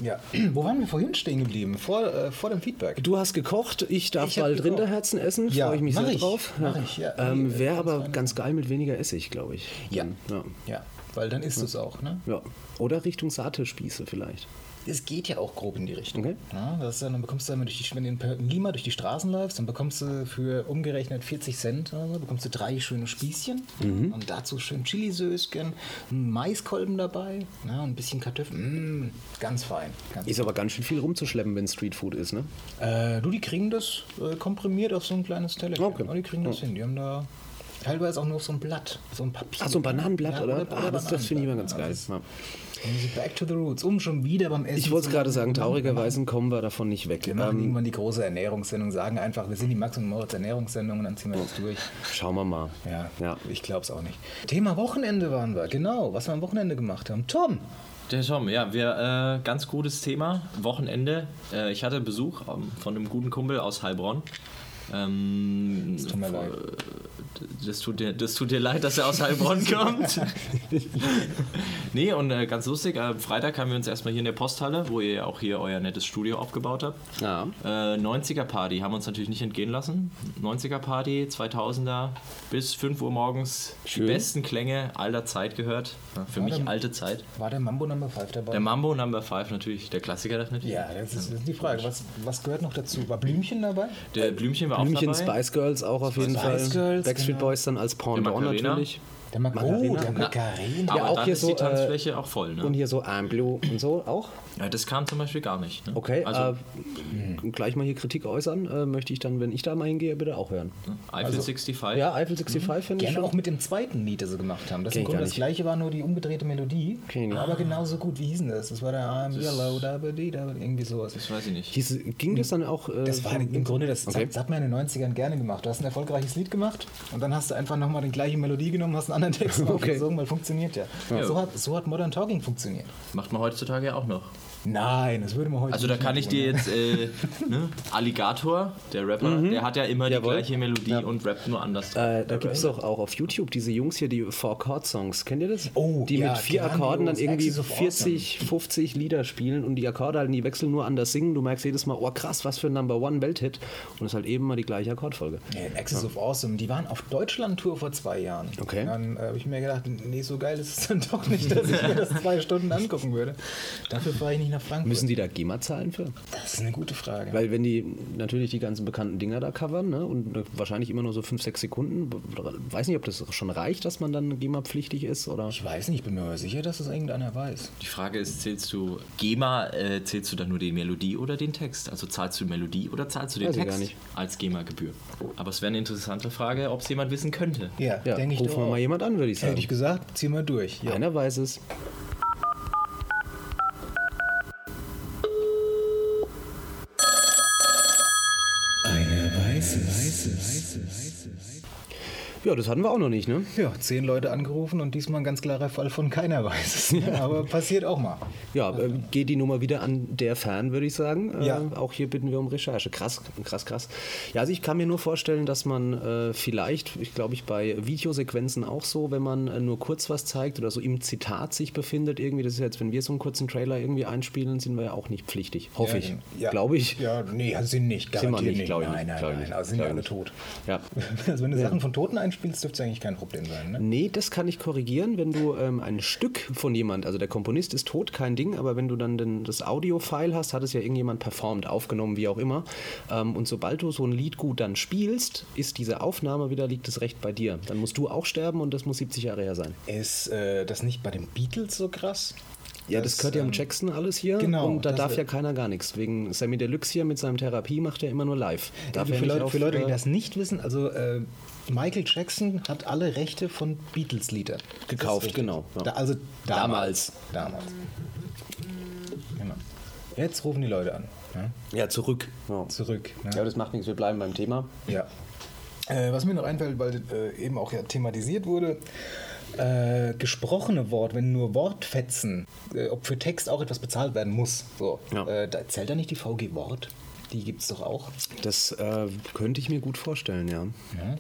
Speaker 5: Ja. Wo waren wir vorhin stehen geblieben? Vor, äh, vor dem Feedback.
Speaker 2: Du hast gekocht, ich darf
Speaker 5: Ich hab
Speaker 2: bald
Speaker 5: gekocht.
Speaker 2: Rinderherzen essen,
Speaker 5: Ja,
Speaker 2: freue ich mich
Speaker 5: mach
Speaker 2: sehr
Speaker 5: ich,
Speaker 2: drauf.
Speaker 5: mach ich, ja.
Speaker 2: ähm,
Speaker 5: Nee,
Speaker 2: Wäre
Speaker 5: ganz
Speaker 2: aber
Speaker 5: fein.
Speaker 2: ganz geil mit weniger Essig, glaube ich. Ähm,
Speaker 5: Ja.
Speaker 2: ja.
Speaker 5: Ja, weil dann ist es auch, ne?
Speaker 2: Ja. Oder Richtung Saatespieße vielleicht.
Speaker 5: Es geht ja auch grob in die Richtung.
Speaker 2: Okay.
Speaker 5: Na, das ist dann, dann bekommst du, dann, wenn, du durch die, wenn du in Per- in Lima durch die Straßen läufst, dann bekommst du für umgerechnet 40 Cent oder so, bekommst du drei schöne Spießchen
Speaker 2: Mhm.
Speaker 5: und dazu schön Chilisöschen, einen Maiskolben dabei na, und ein bisschen Kartoffeln. Mm, ganz fein. Ganz
Speaker 2: Ist aber ganz schön viel rumzuschleppen, wenn Streetfood ist, ne?
Speaker 5: Äh, du, die kriegen das äh, komprimiert auf so ein kleines Teller.
Speaker 2: Okay.
Speaker 5: Ja, die kriegen das hin. Die haben da teilweise auch nur auf so ein Blatt, so ein Papier.
Speaker 2: Ach, so ein Bananenblatt,
Speaker 5: Ja,
Speaker 2: oder?
Speaker 5: oder
Speaker 2: ah, das das finde ich immer ganz
Speaker 5: Bananenblatt.
Speaker 2: geil.
Speaker 5: Ja,
Speaker 2: Ja.
Speaker 5: das ist- also Back to the roots, um schon wieder beim Essen.
Speaker 2: Ich wollte es
Speaker 5: zu
Speaker 2: gerade
Speaker 5: landen.
Speaker 2: sagen, traurigerweise kommen wir davon nicht weg.
Speaker 5: Wir machen irgendwann die große Ernährungssendung, sagen einfach, wir sind die Max und Moritz Ernährungssendung und dann ziehen wir das durch.
Speaker 2: Schauen wir mal.
Speaker 5: Ja,
Speaker 2: ja.
Speaker 5: ich glaube es auch nicht. Thema Wochenende waren wir, genau, was wir am Wochenende gemacht haben. Tom,
Speaker 7: Der Tom, ja, wir, äh, ganz gutes Thema. Wochenende. Äh, ich hatte Besuch ähm, von einem guten Kumpel aus Heilbronn. Ähm,
Speaker 5: tut mir leid.
Speaker 7: das, tut dir, das tut dir leid, dass er aus Heilbronn kommt. nee, und äh, ganz lustig, äh, Freitag haben wir uns erstmal hier in der Posthalle, wo ihr ja auch hier euer nettes Studio aufgebaut habt.
Speaker 2: Ja.
Speaker 7: Äh, 90er-Party haben wir uns natürlich nicht entgehen lassen. 90er-Party, 2000er, bis 5 Uhr morgens
Speaker 2: Schön.
Speaker 7: die besten Klänge aller Zeit gehört. Ja, für mich
Speaker 5: dann-
Speaker 7: alte Zeit.
Speaker 5: war der Mambo Number 5 dabei?
Speaker 7: Der Mambo Number 5 natürlich, der Klassiker darf nicht.
Speaker 5: ja, das ist, das ist die Frage. Was, was gehört noch dazu? War Blümchen dabei?
Speaker 7: Der Blümchen war
Speaker 2: Blümchen,
Speaker 7: auch dabei.
Speaker 2: Spice Girls auch auf jeden Fall.
Speaker 5: Spice Girls,
Speaker 2: Backstreet
Speaker 5: genau.
Speaker 2: Boys dann als Porn
Speaker 7: Der
Speaker 2: Dawn
Speaker 7: Macarena.
Speaker 2: natürlich.
Speaker 5: Der Mac oh,
Speaker 2: Macarena.
Speaker 5: der Macarena.
Speaker 7: Aber
Speaker 2: Ja, auch
Speaker 7: dann
Speaker 2: hier
Speaker 7: ist
Speaker 2: so, äh,
Speaker 7: die Tanzfläche auch voll.
Speaker 2: Und
Speaker 7: Ne?
Speaker 2: hier so I'm Blue und so auch.
Speaker 7: Ja, das kam zum Beispiel gar nicht. Ne?
Speaker 2: Okay,
Speaker 7: Also
Speaker 2: äh, gleich mal hier Kritik äußern. Äh, möchte ich dann, wenn ich da mal hingehe, bitte auch hören.
Speaker 7: ne? Eiffel 65.
Speaker 2: also, Ja, Eiffel 65 finde ich
Speaker 5: Gerne
Speaker 2: schon.
Speaker 5: auch mit dem zweiten Lied, das sie gemacht haben. Das im
Speaker 2: Kenn ich
Speaker 5: Grunde
Speaker 2: gar
Speaker 5: das
Speaker 2: nicht.
Speaker 5: gleiche war nur die umgedrehte Melodie,
Speaker 2: Kenn ich nicht.
Speaker 5: aber genauso gut. Wie hieß denn das? Das war der I'm Yellow, da, da, da, irgendwie sowas.
Speaker 7: Das weiß ich nicht.
Speaker 2: Hieß, ging das dann auch? Äh,
Speaker 5: Das war im Grunde, das,
Speaker 2: Okay.
Speaker 5: das hat man in den 90ern gerne gemacht. Du hast ein erfolgreiches Lied gemacht und dann hast du einfach nochmal die gleiche Melodie genommen, hast einen anderen Text
Speaker 2: Okay.
Speaker 5: gesungen, weil funktioniert ja. So, hat, so hat Modern Talking funktioniert.
Speaker 7: Macht man heutzutage ja auch noch.
Speaker 5: Nein, das würde man heute
Speaker 7: Also da
Speaker 5: nicht
Speaker 7: kann
Speaker 5: mehr
Speaker 7: ich
Speaker 5: tun,
Speaker 7: dir
Speaker 5: ne?
Speaker 7: jetzt äh, ne? Alligator, der Rapper, der hat ja immer die gleiche Melodie und rappt nur anders. drauf.
Speaker 2: Mhm. Äh, da gibt es doch auch auf YouTube diese Jungs hier, die Four-Chord-Songs. Kennt ihr das?
Speaker 5: Oh,
Speaker 2: die
Speaker 5: ja,
Speaker 2: mit vier
Speaker 5: grandios.
Speaker 2: Akkorden dann irgendwie
Speaker 5: Axis of Awesome.
Speaker 2: 40, 50 Lieder spielen und die Akkorde halt, die wechseln nur anders singen. Du merkst jedes Mal, oh krass, was für ein Number-One-Welthit. Und es ist halt eben mal die gleiche Akkordfolge.
Speaker 5: Nee, Axis of Awesome, die waren auf Deutschland-Tour vor zwei Jahren.
Speaker 2: Okay.
Speaker 5: Dann äh, habe ich mir gedacht, nee, so geil ist es dann doch nicht, dass ich mir das zwei Stunden angucken würde. Dafür fahre ich nicht nach Frankfurt.
Speaker 2: Müssen die da GEMA zahlen für?
Speaker 5: das ist eine gute Frage.
Speaker 2: Weil wenn die natürlich die ganzen bekannten Dinger da covern ne, und wahrscheinlich immer nur so 5, 6 Sekunden, weiß nicht, ob das schon reicht, dass man dann GEMA-pflichtig ist oder...
Speaker 5: ich weiß nicht, ich bin mir aber sicher, dass das irgendeiner weiß.
Speaker 7: die Frage ist, zählst du GEMA, äh, zählst du dann nur die Melodie oder den Text? Also zahlst du die Melodie oder zahlst du den
Speaker 2: Weiß ich
Speaker 7: Text
Speaker 2: gar nicht.
Speaker 7: als GEMA-Gebühr? Aber es wäre eine interessante Frage, ob es jemand wissen könnte.
Speaker 5: Ja,
Speaker 2: Ja,
Speaker 5: denke ich
Speaker 2: rufen wir
Speaker 5: doch.
Speaker 2: mal jemand an, würde ich
Speaker 5: Hätte
Speaker 2: sagen.
Speaker 5: ich gesagt, zieh mal durch. Ja.
Speaker 2: Einer weiß es. Ja, das hatten wir auch noch nicht, ne?
Speaker 5: Ja, zehn Leute angerufen und diesmal ein ganz klarer Fall von keiner weiß es. Aber passiert auch mal.
Speaker 2: Ja, ähm, geht die Nummer wieder an der Fan, würde ich sagen.
Speaker 5: Ja.
Speaker 2: Äh, auch hier bitten wir um Recherche. Krass, krass, krass. Ja, also ich kann mir nur vorstellen, dass man äh, vielleicht, ich glaube, ich bei Videosequenzen auch so, wenn man äh, nur kurz was zeigt oder so im Zitat sich befindet, irgendwie, das ist jetzt, wenn wir so einen kurzen Trailer irgendwie einspielen, sind wir ja auch nicht pflichtig. Hoffe ich.
Speaker 5: Ja.
Speaker 2: Glaube ich.
Speaker 5: Ja, nee, also sind nicht.
Speaker 2: Sind wir
Speaker 5: Garantiert
Speaker 2: nicht, glaube ich.
Speaker 5: Nein, nein,
Speaker 2: Glaub ich
Speaker 5: nein.
Speaker 2: nicht.
Speaker 5: Also sind ja
Speaker 2: Glaub
Speaker 5: alle
Speaker 2: ich
Speaker 5: tot.
Speaker 2: Ja.
Speaker 5: Also wenn du Sachen von Toten einspielst, dürfte es eigentlich kein Problem sein. Ne?
Speaker 2: Nee, das kann ich korrigieren, wenn du ähm, ein Stück von jemand, also der Komponist ist tot, kein Ding, aber wenn du dann den, das Audio-File hast, hat es ja irgendjemand performt, aufgenommen, wie auch immer. Ähm, und sobald du so ein Lied gut dann spielst, ist diese Aufnahme wieder, liegt das Recht bei dir. Dann musst du auch sterben und das muss 70 Jahre her sein.
Speaker 5: Ist äh, das nicht bei den Beatles so krass?
Speaker 2: Ja, das, gehört ja am Jackson alles hier
Speaker 5: ähm, genau,
Speaker 2: und da
Speaker 5: das
Speaker 2: darf
Speaker 5: wär-
Speaker 2: ja keiner gar nichts. Wegen Sammy Deluxe hier mit seinem Therapie macht er immer nur live. Darf
Speaker 5: Also
Speaker 2: er
Speaker 5: für,
Speaker 2: nicht
Speaker 5: Leute,
Speaker 2: auf,
Speaker 5: für Leute, die
Speaker 2: äh,
Speaker 5: das nicht wissen, also äh, Michael Jackson hat alle Rechte von Beatles-Liedern
Speaker 2: Gekauft,
Speaker 5: Das ist richtig.
Speaker 2: genau, ja.
Speaker 5: Da, also damals. Damals. Genau. Jetzt rufen die Leute an. Ne?
Speaker 2: Ja, zurück. Ja.
Speaker 5: Zurück. Ne?
Speaker 2: ja, das macht nichts, wir bleiben beim Thema.
Speaker 5: Ja. Äh, was mir noch einfällt, weil äh, eben auch ja thematisiert wurde, äh, gesprochene Wort, wenn nur Wortfetzen, äh, ob für Text auch etwas bezahlt werden muss. So.
Speaker 2: Ja.
Speaker 5: Äh, da zählt da nicht die VG Wort? Die gibt es doch auch.
Speaker 2: Das äh, könnte ich mir gut vorstellen, ja.
Speaker 5: Ja.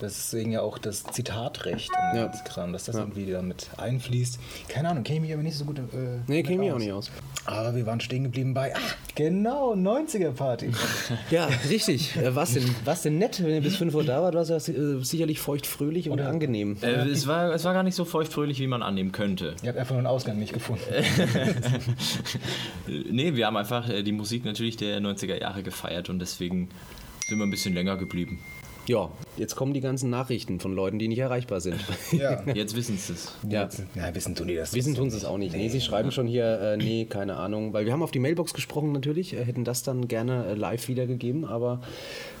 Speaker 5: Deswegen ja auch das Zitatrecht und
Speaker 2: Ja.
Speaker 5: das Kram, dass das irgendwie damit einfließt. Keine Ahnung, kenne ich mich aber nicht so gut. Äh,
Speaker 2: Nee,
Speaker 5: mit
Speaker 2: käme ich auch nicht aus.
Speaker 5: Aber wir waren stehen geblieben bei, ach, genau, 90er-Party.
Speaker 2: Ja, richtig. Äh, Was denn, was denn nett, wenn ihr bis 5 Uhr da wart, war es ja si- äh, sicherlich feuchtfröhlich und angenehm.
Speaker 7: Äh, es, war, es war gar nicht so feuchtfröhlich, wie man annehmen könnte.
Speaker 5: Ihr habt einfach nur einen Ausgang nicht gefunden.
Speaker 7: nee, wir haben einfach äh, die Musik natürlich der 90er Jahre gefeiert und deswegen sind wir ein bisschen länger geblieben.
Speaker 2: Ja, jetzt kommen die ganzen Nachrichten von Leuten, die nicht erreichbar sind.
Speaker 5: ja.
Speaker 7: Jetzt wissen sie es.
Speaker 2: Ja.
Speaker 5: Na, wissen tun die das
Speaker 2: Wissen tun sie es auch nicht. Nee, sie schreiben schon hier, äh, nee, keine Ahnung. Weil wir haben auf die Mailbox gesprochen natürlich, äh, hätten das dann gerne äh, live wiedergegeben, aber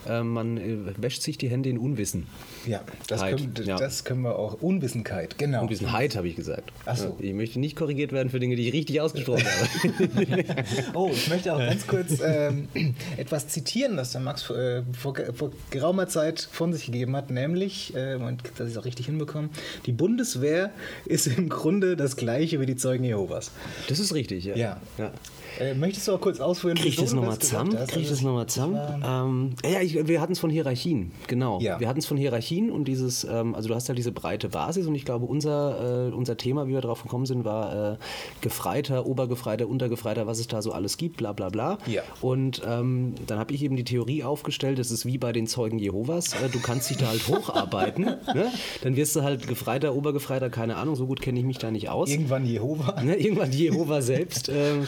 Speaker 2: äh, man äh, wäscht sich die Hände in Unwissen.
Speaker 5: Ja, das
Speaker 2: Heid,
Speaker 5: können,
Speaker 2: ja.
Speaker 5: das können wir auch. Unwissenheit, genau.
Speaker 2: Unwissenheit, habe ich gesagt.
Speaker 5: Ach so.
Speaker 2: Äh, Ich möchte nicht korrigiert werden für Dinge, die ich richtig ausgesprochen habe.
Speaker 5: Oh, ich möchte auch ganz kurz ähm, etwas zitieren, das der Max äh, vor, vor geraumer Zeit von sich gegeben hat, nämlich, äh, Moment, dass ich es auch richtig hinbekomme, die Bundeswehr ist im Grunde das gleiche wie die Zeugen Jehovas.
Speaker 2: Das ist richtig, ja.
Speaker 5: Ja.
Speaker 2: ja.
Speaker 5: Äh, möchtest du auch kurz ausführen?
Speaker 2: Krieg ich
Speaker 5: wieso
Speaker 2: das
Speaker 5: du
Speaker 2: nochmal
Speaker 5: gesagt
Speaker 2: zusammen?
Speaker 5: hast?
Speaker 2: Krieg ich
Speaker 5: Also,
Speaker 2: das nochmal zusammen? Ähm, ja, ich, wir hatten es von Hierarchien, genau.
Speaker 5: Ja.
Speaker 2: Wir hatten es von Hierarchien und dieses, ähm, also du hast halt diese breite Basis und ich glaube, unser, äh, unser Thema, wie wir darauf gekommen sind, war äh, Gefreiter, Obergefreiter, Untergefreiter, was es da so alles gibt, bla bla bla.
Speaker 5: Ja.
Speaker 2: Und ähm, dann habe ich eben die Theorie aufgestellt, das ist wie bei den Zeugen Jehovas, äh, du kannst dich da halt hocharbeiten, ne? dann wirst du halt Gefreiter, Obergefreiter, keine Ahnung, so gut kenne ich mich da nicht aus.
Speaker 5: Irgendwann Jehova.
Speaker 2: Ne, irgendwann die Jehova selbst. Ähm,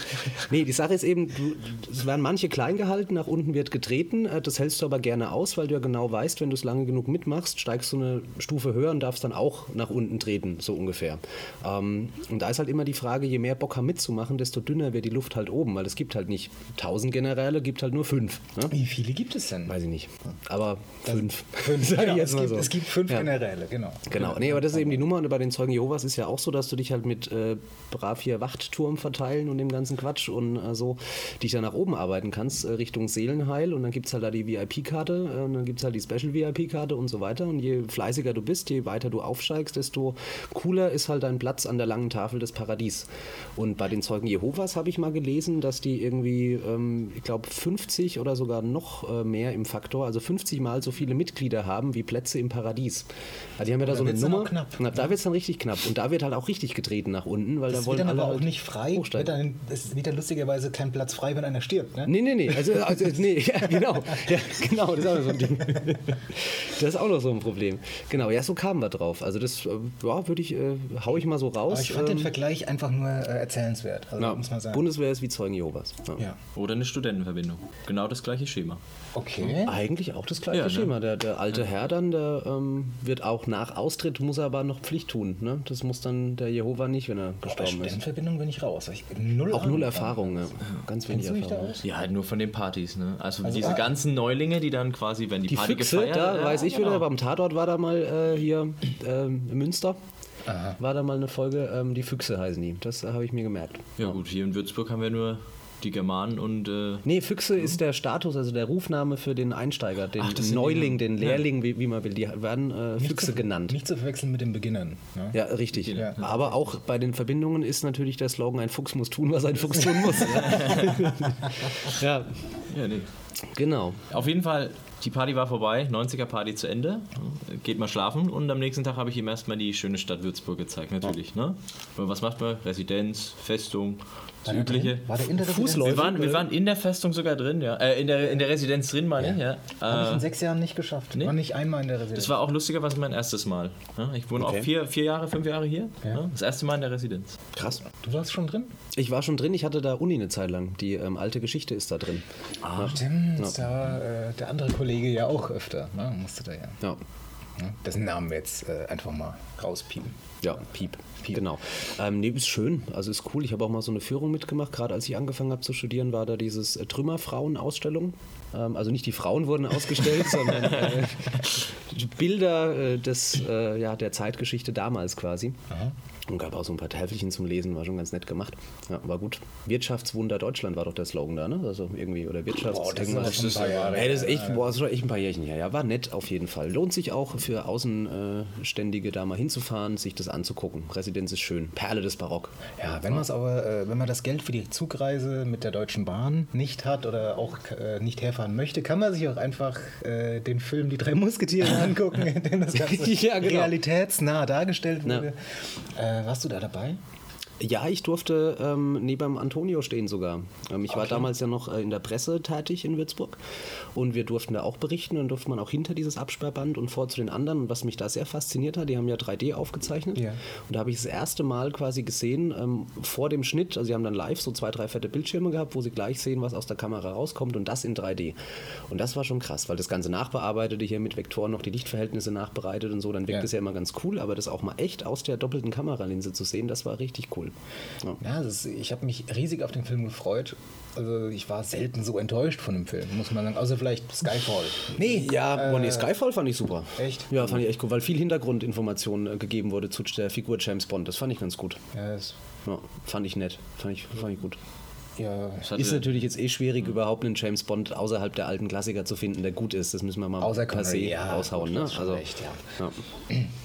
Speaker 2: nee, die Sache ist eben, du, es werden manche klein gehalten, nach unten wird getreten. Äh, Das hältst du aber gerne aus, weil du ja genau weißt, wenn du es lange genug mitmachst, steigst du eine Stufe höher und darfst dann auch nach unten treten, so ungefähr. Ähm, und da ist halt immer die Frage, je mehr Bock haben mitzumachen, desto dünner wird die Luft halt oben, weil es gibt halt nicht 1000 Generäle, gibt halt nur fünf. Ne?
Speaker 5: Wie viele gibt es denn?
Speaker 2: Weiß ich nicht. Aber fünf.
Speaker 5: Also Fünf,
Speaker 2: Sag ich
Speaker 5: genau,
Speaker 2: jetzt
Speaker 5: es,
Speaker 2: mal
Speaker 5: gibt,
Speaker 2: so.
Speaker 5: es gibt fünf
Speaker 2: Ja.
Speaker 5: Generäle, genau.
Speaker 2: Genau, nee, aber das ist eben die Nummer. Und bei den Zeugen Jehovas ist ja auch so, dass du dich halt mit äh, brav hier Wachtturm verteilen und dem ganzen Quatsch und äh, so dich dann nach oben arbeiten kannst, äh, Richtung Seelenheil. Und dann gibt es halt da die VIP-Karte äh, und dann gibt es halt die Special-VIP-Karte und so weiter. Und je fleißiger du bist, je weiter du aufsteigst, desto cooler ist halt dein Platz an der langen Tafel des Paradies. Und bei den Zeugen Jehovas habe ich mal gelesen, dass die irgendwie, ähm, ich glaube, 50 oder sogar noch äh, mehr im Faktor, also 50 mal so viele Mitglieder haben wie Plätze im Paradies. Also die haben ja da so eine
Speaker 5: wird's dann auch
Speaker 2: Nummer.
Speaker 5: knapp.
Speaker 2: Na, da wird es dann richtig knapp. Und da wird halt auch richtig getreten nach unten, weil
Speaker 5: Das wird
Speaker 2: da wollen
Speaker 5: dann
Speaker 2: alle
Speaker 5: aber auch
Speaker 2: halt
Speaker 5: nicht frei. Wird
Speaker 2: hochsteigen.
Speaker 5: dann, es wird dann lustigerweise kein Platz frei, wenn einer stirbt. Ne?
Speaker 2: Nee, nee, nee. Also, also nee, ja, genau. Ja, genau, das ist auch noch so ein Ding. Das ist auch noch so ein Problem. Genau, ja, so kamen wir drauf. Also das äh, ja, würde ich, äh, hau ich mal so raus.
Speaker 5: Aber ich fand den
Speaker 2: Ähm,
Speaker 5: Vergleich einfach nur äh, erzählenswert. Also,
Speaker 2: ja,
Speaker 5: muss man sagen.
Speaker 2: Bundeswehr ist wie Zeugen Jehovas. Ja.
Speaker 5: ja.
Speaker 7: Oder eine Studentenverbindung. Genau das gleiche Schema.
Speaker 5: Okay.
Speaker 2: Eigentlich auch das gleiche
Speaker 7: Ja, ne?
Speaker 2: Schema. Der, der alte Herr dann, der ähm, wird auch nach Austritt, muss er aber noch Pflicht tun. Ne? Das muss dann der Jehova nicht, wenn er
Speaker 5: Bei
Speaker 2: gestorben ist.
Speaker 5: Studentenverbindung bin ich raus. Ich null
Speaker 2: Auch
Speaker 5: Ahnung.
Speaker 2: null Erfahrung, ja. ganz wenig
Speaker 5: Kennst du dich da
Speaker 2: Erfahrung.
Speaker 5: aus?
Speaker 7: Ja, halt nur von den Partys, ne? Also,
Speaker 5: ah.
Speaker 7: diese ganzen Neulinge, die dann quasi, wenn die,
Speaker 2: äh, Die
Speaker 7: Party
Speaker 2: Füchse,
Speaker 7: gefeiert
Speaker 2: da
Speaker 7: ja,
Speaker 2: weiß ich
Speaker 7: genau.
Speaker 2: wieder, beim Tatort war da mal äh, hier ähm, in Münster, war da mal eine Folge, ähm, die Füchse heißen die. Das äh, habe ich mir gemerkt.
Speaker 7: Ja gut, hier in Würzburg haben wir nur die Germanen und äh,
Speaker 2: Nee, Füchse ist der Status, also der Rufname für den Einsteiger, den
Speaker 7: Ach, das sind die
Speaker 2: Neuling,
Speaker 7: dann-
Speaker 2: den
Speaker 7: ja.
Speaker 2: Lehrling, wie, wie man will. Die werden äh, Füchse genannt.
Speaker 5: Nicht zu verwechseln mit den Beginnern. Ne?
Speaker 2: Ja, richtig.
Speaker 5: Ja.
Speaker 2: Aber auch bei den Verbindungen ist natürlich der Slogan, ein Fuchs muss tun, was ein Fuchs tun muss. ja,
Speaker 7: ja, nee.
Speaker 2: genau.
Speaker 7: Auf jeden Fall, die Party war vorbei, 90er Party zu Ende. Geht mal schlafen und am nächsten Tag habe ich ihm erstmal die schöne Stadt Würzburg gezeigt, natürlich. Ne? Aber Was macht man? Residenz, Festung, das übliche.
Speaker 5: War der Interesse
Speaker 7: Wir waren, wir waren in der Festung sogar drin, ja. Äh, in, der, in der Residenz drin, meine ich,
Speaker 5: Habe ich
Speaker 7: ja.
Speaker 5: in
Speaker 7: Äh,
Speaker 5: sechs Jahren nicht geschafft.
Speaker 7: Nee.
Speaker 5: War nicht einmal in der Residenz.
Speaker 7: das war auch lustigerweise mein erstes Mal. ne? Ich wohne auch vier, vier Jahre, fünf Jahre hier. ne? Das erste Mal in der Residenz.
Speaker 2: Krass.
Speaker 5: du warst schon drin?
Speaker 2: Ich war schon drin, ich hatte da Uni eine Zeit lang. Die ähm, alte Geschichte ist da drin. Ah,
Speaker 5: Stimmt, da war äh, der andere Kollege ja auch öfter. Ne? Musste da ja.
Speaker 2: Ja.
Speaker 5: Ne? Dessen Namen wir jetzt äh, einfach mal rauspiepen.
Speaker 2: Ja, Piep. Genau. Ähm, nee, ist schön. Also ist cool. Ich habe auch mal so eine Führung mitgemacht. Gerade als ich angefangen habe zu studieren, war da dieses äh, Trümmerfrauen-Ausstellung. Ähm, also nicht die Frauen wurden ausgestellt, sondern äh, Bilder äh, des, äh, ja, der Zeitgeschichte damals quasi. Und gab auch so ein paar Täfelchen zum Lesen, war schon ganz nett gemacht. Ja, war gut. Wirtschaftswunder Deutschland war doch der Slogan da, ne? Also irgendwie, oder Wirtschafts... irgendwas.
Speaker 5: schon ein paar Jahre
Speaker 2: Ey, das ist echt, boah, das ist schon echt ein paar Jährchen her. Ja, war nett auf jeden Fall. Lohnt sich auch für Außenständige da mal hinzufahren, sich das anzugucken. Residenz ist schön. Perle des Barock.
Speaker 5: Ja, wenn man es aber, äh, wenn man das Geld für die Zugreise mit der Deutschen Bahn nicht hat oder auch äh, nicht herfahren möchte, kann man sich auch einfach äh, den Film Die drei Musketiere angucken, in dem das Ganze
Speaker 2: Ja, genau.
Speaker 5: realitätsnah dargestellt
Speaker 2: Ja.
Speaker 5: wurde. Äh, warst du da dabei?
Speaker 2: Ja, ich durfte ähm, neben Antonio stehen sogar. Ähm, ich war damals ja noch äh, in der Presse tätig in Würzburg und wir durften da auch berichten und durfte man auch hinter dieses Absperrband und vor zu den anderen. Und was mich da sehr fasziniert hat, die haben ja 3D aufgezeichnet
Speaker 5: Ja.
Speaker 2: und da habe ich das erste Mal quasi gesehen, ähm, vor dem Schnitt, also sie haben dann live so zwei, drei fette Bildschirme gehabt, wo sie gleich sehen, was aus der Kamera rauskommt und das in 3D. Und das war schon krass, weil das Ganze nachbearbeitete, hier mit Vektoren noch die Lichtverhältnisse nachbereitet und so, dann wirkt
Speaker 5: Ja.
Speaker 2: es ja immer ganz cool, aber das auch mal echt aus der doppelten Kameralinse zu sehen, das war richtig cool. Ja.
Speaker 5: Ja, das ist, ich habe mich riesig auf den Film gefreut. Also ich war selten so enttäuscht von dem Film, muss man sagen. Außer vielleicht Skyfall. Nee,
Speaker 2: Ja, Bonnie Skyfall fand ich super.
Speaker 5: echt?
Speaker 2: Ja, fand ich äh, echt gut, weil viel Hintergrundinformationen äh, gegeben wurde zu der Figur James Bond. Das fand ich ganz gut.
Speaker 5: Ja, das,
Speaker 2: Ja, fand ich nett. Fand ich, fand ich gut.
Speaker 5: ja,
Speaker 7: hatte-
Speaker 2: Ist natürlich jetzt eh schwierig, überhaupt einen James Bond außerhalb der alten Klassiker zu finden, der gut ist. Das müssen wir mal
Speaker 5: Außer
Speaker 2: per se
Speaker 5: Connery, ja,
Speaker 2: raushauen. Ne?
Speaker 5: das ist schon
Speaker 2: Also,
Speaker 5: recht, ja.
Speaker 2: ja.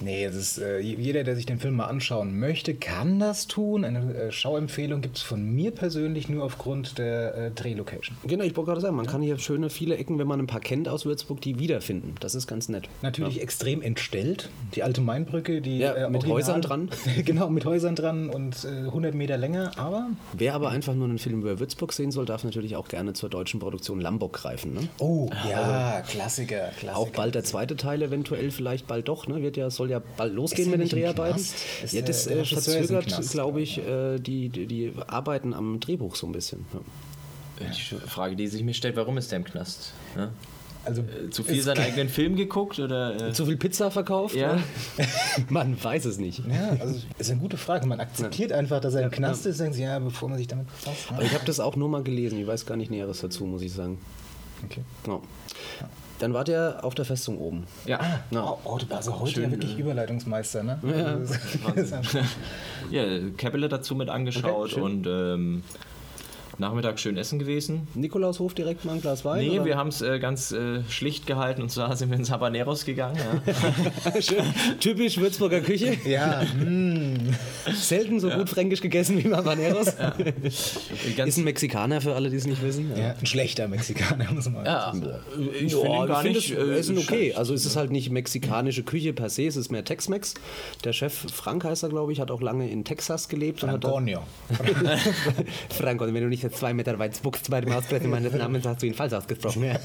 Speaker 5: Nee, es ist, äh, jeder, der sich den Film mal anschauen möchte, kann das tun. Eine äh, Schauempfehlung gibt es von mir persönlich nur aufgrund der äh, Drehlocation.
Speaker 2: Genau, ich wollte gerade sagen, man kann hier schöne, viele Ecken, wenn man ein paar kennt aus Würzburg, die wiederfinden. Das ist ganz nett.
Speaker 5: Natürlich extrem entstellt. Die alte Mainbrücke, die. äh,
Speaker 2: Ja, mit Häusern dran.
Speaker 5: genau, mit Häusern dran und äh, 100 Meter länger, aber.
Speaker 2: Wer aber einfach nur einen Film über Würzburg sehen soll, darf natürlich auch gerne zur deutschen Produktion Lambok greifen. Ne?
Speaker 5: Oh, ja, Klassiker, Klassiker.
Speaker 2: Auch bald der zweite Teil eventuell, vielleicht bald doch. Ne? Wird ja, soll ja bald losgehen
Speaker 5: Ist er
Speaker 2: mit den
Speaker 5: nicht im
Speaker 2: Dreharbeiten.
Speaker 5: Knast? Ist
Speaker 2: Ja,
Speaker 5: der-
Speaker 2: das
Speaker 5: der
Speaker 2: äh,
Speaker 5: Regisseur ist im
Speaker 2: verzögert,
Speaker 5: Knast,
Speaker 2: glaube ich, äh, die, die, die Arbeiten am Drehbuch so ein bisschen. Ja.
Speaker 7: Die Frage, die sich mir stellt, warum ist der im Knast? Ne?
Speaker 5: Also,
Speaker 7: Zu viel seinen eigenen Film geguckt oder? Äh,
Speaker 2: Zu viel Pizza verkauft?
Speaker 7: Ja.
Speaker 2: ne? man weiß es nicht.
Speaker 5: ja, also, ist eine gute Frage. Man akzeptiert einfach, dass er im Knast ist, denkt sich, ja, bevor man sich damit befasst.
Speaker 2: Aber ich habe das auch nur mal gelesen. Ich weiß gar nicht Näheres dazu, muss ich sagen.
Speaker 5: Okay.
Speaker 2: Ja. Dann wart ihr auf der Festung oben.
Speaker 7: ja.
Speaker 2: Ja. äh,
Speaker 5: Oh, du warst also heute ja wirklich Überleitungsmeister, ne? Ja,
Speaker 7: ja, Capella dazu mit angeschaut und ähm, Nachmittag schön essen gewesen.
Speaker 2: Nikolaushof direkt mal ein Glas Wein?
Speaker 7: Nee,
Speaker 2: oder?
Speaker 7: wir haben es äh, ganz äh, schlicht gehalten und zwar sind wir ins Habaneros gegangen. Ja.
Speaker 2: Schön. Typisch Würzburger Küche.
Speaker 5: ja hm.
Speaker 2: Selten so gut fränkisch gegessen wie Habaneros.
Speaker 7: Die ganz-
Speaker 2: Ist ein Mexikaner für alle, die es nicht wissen.
Speaker 5: Ja, ein schlechter Mexikaner, muss man
Speaker 7: ja, äh,
Speaker 5: sagen.
Speaker 7: ich
Speaker 2: Ja,
Speaker 7: finde ihn
Speaker 2: ich
Speaker 7: gar
Speaker 2: find
Speaker 7: nicht.
Speaker 2: das Essen
Speaker 7: äh,
Speaker 2: okay. Also es ist halt nicht mexikanische Küche per se, es ist mehr Tex-Mex. Der Chef Frank heißt er, glaube ich, hat auch lange in Texas gelebt. und hat da-
Speaker 5: Antonio.
Speaker 2: Frank, und wenn du nicht jetzt zwei Meter weit spuckst bei dem Aussprechen meines Namens, hast du ihn falsch ausgesprochen. Ja.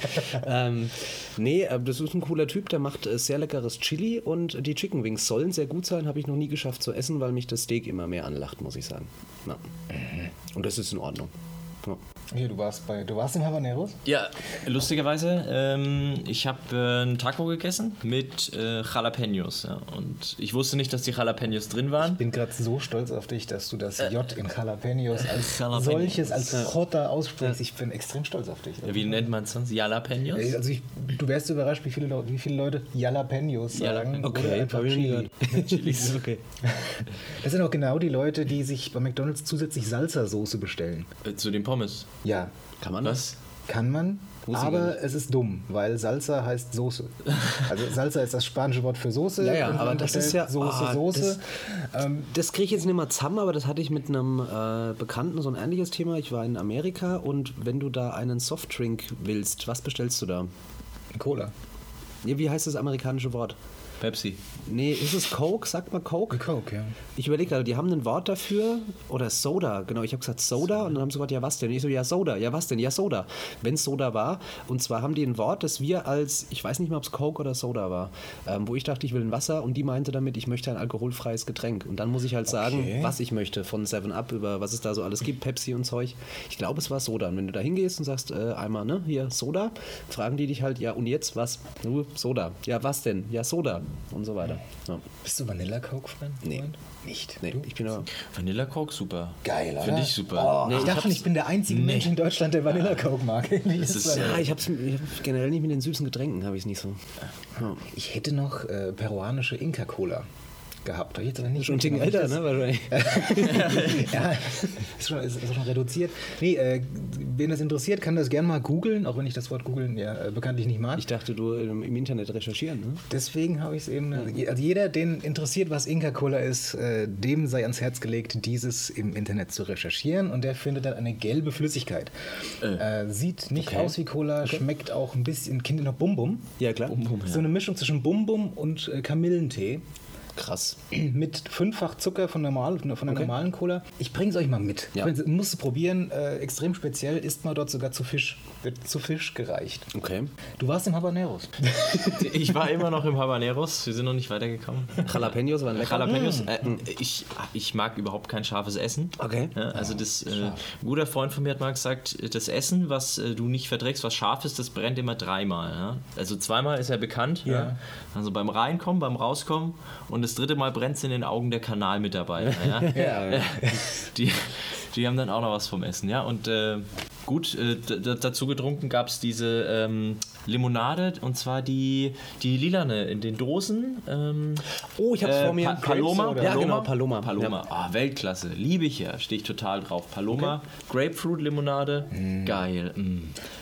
Speaker 2: ähm, nee, äh, das ist ein cooler Typ, der macht äh, sehr leckeres Chili und die Chicken Wings sollen sehr gut sein, habe ich noch nie geschafft zu essen, weil mich das Steak immer mehr anlacht, muss ich sagen. Ja.
Speaker 7: Mhm.
Speaker 2: Und das ist in Ordnung. Ja.
Speaker 5: Hier, du warst bei, du warst im Habaneros?
Speaker 7: Ja, lustigerweise, ähm, ich habe äh, einen Taco gegessen mit äh, Jalapenos. Ja. Und ich wusste nicht, dass die Jalapenos drin waren.
Speaker 5: Bin gerade so stolz auf dich, dass du
Speaker 2: Äh,
Speaker 5: das J in Jalapenos als
Speaker 7: Jalapenos.
Speaker 5: solches, als Jota aussprichst. Ich bin extrem stolz auf dich.
Speaker 7: Wie nennt man es sonst? Jalapenos?
Speaker 5: Ey, Also ich, du wärst überrascht, wie viele, Leute- wie viele Leute Jalapenos sagen.
Speaker 7: Jalapeno.
Speaker 5: oder einfach Chili.
Speaker 7: Chilis. okay.
Speaker 5: Das sind auch genau die Leute, die sich bei McDonalds zusätzlich Salsa-Soße bestellen.
Speaker 7: Äh, Zu den Pommes.
Speaker 5: Ja,
Speaker 2: Kann man das?
Speaker 7: Was?
Speaker 5: kann man,
Speaker 2: Muss ich gar
Speaker 5: aber
Speaker 2: nicht.
Speaker 5: es ist dumm, weil Salsa heißt Soße. Also Salsa ist das spanische Wort für Soße.
Speaker 2: Ja, ja,
Speaker 5: und man
Speaker 2: aber das ist
Speaker 5: bestellt
Speaker 2: ja-
Speaker 5: Soße,
Speaker 2: ah,
Speaker 5: Soße. ähm,
Speaker 2: Das kriege ich jetzt nicht mehr zusammen, aber das hatte ich mit einem äh, Bekannten, so ein ähnliches Thema. Ich war in Amerika und wenn du da einen Softdrink willst, was bestellst du da?
Speaker 5: Cola.
Speaker 2: Ja, wie heißt das amerikanische Wort?
Speaker 7: Pepsi.
Speaker 2: Nee, ist es Coke? Sagt man Coke?
Speaker 5: Coke, ja.
Speaker 2: Ich überlege gerade, die haben ein Wort dafür oder Soda, genau, ich habe gesagt Soda und dann haben sie gesagt, ja was denn? Und ich so, ja Soda, ja was denn? Ja Soda, wenn Soda war. Und zwar haben die ein Wort, das wir als, ich weiß nicht mehr, ob es Coke oder Soda war, ähm, wo ich dachte, ich will ein Wasser und die meinte damit, ich möchte ein alkoholfreies Getränk. Und dann muss ich halt sagen, was ich möchte, von 7-Up über was es da so alles gibt, Pepsi und Zeug. Ich glaube, es war Soda. Und wenn du da hingehst und sagst, äh, einmal, ne, hier Soda, fragen die dich halt, ja und jetzt was? Nur Soda. Ja was denn? Ja Soda und so weiter. Ja.
Speaker 5: Bist du Vanilla Coke-Fan?
Speaker 2: Nee.
Speaker 5: Nicht.
Speaker 2: Nee, ich bin aber...
Speaker 7: Vanilla Coke, super.
Speaker 5: Geil,
Speaker 7: Finde
Speaker 5: oder?
Speaker 7: ich super.
Speaker 5: Oh, ich dachte schon, ich bin der einzige Mensch in Deutschland, der Vanilla Coke mag.
Speaker 7: Das ist,
Speaker 2: Ja, ich hab's ich hab generell nicht mit den süßen Getränken, habe ich nicht so.
Speaker 5: Ich hätte noch äh, peruanische Inca-Cola gehabt. Hab ich Jetzt aber nicht
Speaker 2: Schon einen Ticken älter, ne? Wahrscheinlich.
Speaker 5: ja, ist schon, ist, ist schon reduziert. Nee, äh, wen das interessiert, kann das gerne mal googeln, auch wenn ich das Wort googeln ja äh, bekanntlich nicht mag.
Speaker 2: Ich dachte, du im, im Internet recherchieren, ne?
Speaker 5: Deswegen habe ich es eben. Also jeder, den interessiert, was Inca-Cola ist, äh, dem sei ans Herz gelegt, dieses im Internet zu recherchieren. Und der findet dann eine gelbe Flüssigkeit. Äh, sieht nicht aus wie Cola, schmeckt auch ein bisschen Kind noch Bum-Bum.
Speaker 2: Ja, klar.
Speaker 5: So eine Mischung zwischen Bum-Bum und äh, Kamillentee
Speaker 2: Krass.
Speaker 5: mit fünffach Zucker von, normal, von der normalen Cola. Ich bringe es euch mal mit.
Speaker 2: Ja.
Speaker 5: Ich mein, musst du probieren. Äh, extrem speziell ist man dort sogar zu Fisch. Wird zu Fisch gereicht.
Speaker 2: Okay.
Speaker 5: Du warst im Habaneros.
Speaker 7: ich war immer noch im Habaneros, wir sind noch nicht weitergekommen.
Speaker 2: Jalapenos waren lecker.
Speaker 7: Jalapenos, äh, ich, ich mag überhaupt kein scharfes Essen.
Speaker 2: Okay.
Speaker 7: Ja, also das, äh, ein guter Freund von mir hat mal gesagt, das Essen, was äh, du nicht verträgst, was scharf ist, das brennt immer dreimal. Ja? Also zweimal ist ja bekannt. Ja. Also beim Reinkommen, beim Rauskommen und das dritte Mal brennt es in den Augen der Kanalmitarbeiter. Ja? Äh,
Speaker 5: Ja.
Speaker 7: die, die haben dann auch noch was vom Essen, ja. Und äh, gut, äh, d- d- dazu getrunken gab es diese ähm, Limonade und zwar die, die lilane in den Dosen. Ähm,
Speaker 2: Oh, ich hab's vor mir.
Speaker 7: Pa
Speaker 2: Grapes
Speaker 7: Paloma, Paloma,
Speaker 2: oder- Ja, genau, Paloma.
Speaker 7: Paloma. Ah, Weltklasse, liebe ich ja, stehe ich total drauf. Paloma, Grapefruit-Limonade, geil. mm.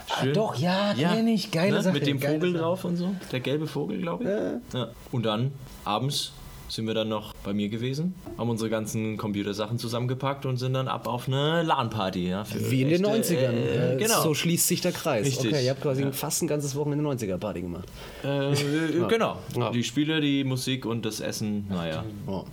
Speaker 2: Ah,
Speaker 7: Schön. Ne?
Speaker 5: doch, ja, kenn ich, geile Sache,
Speaker 7: Mit dem
Speaker 5: geile
Speaker 7: Vogel
Speaker 5: Sache.
Speaker 7: drauf und so, der gelbe Vogel, glaube ich. Ja. Und dann abends sind wir dann noch bei mir gewesen, haben unsere ganzen Computersachen zusammengepackt und sind dann ab auf eine LAN-Party. Ja, für
Speaker 2: Wie in den
Speaker 7: echte,
Speaker 2: 90ern.
Speaker 7: Äh,
Speaker 2: äh,
Speaker 7: genau.
Speaker 2: So schließt sich der Kreis.
Speaker 7: Richtig.
Speaker 2: Okay, ihr habt quasi fast ein ganzes Wochenende 90er-Party gemacht.
Speaker 7: äh, äh, genau.
Speaker 2: Ja.
Speaker 7: Die Spiele, die Musik und das Essen, naja.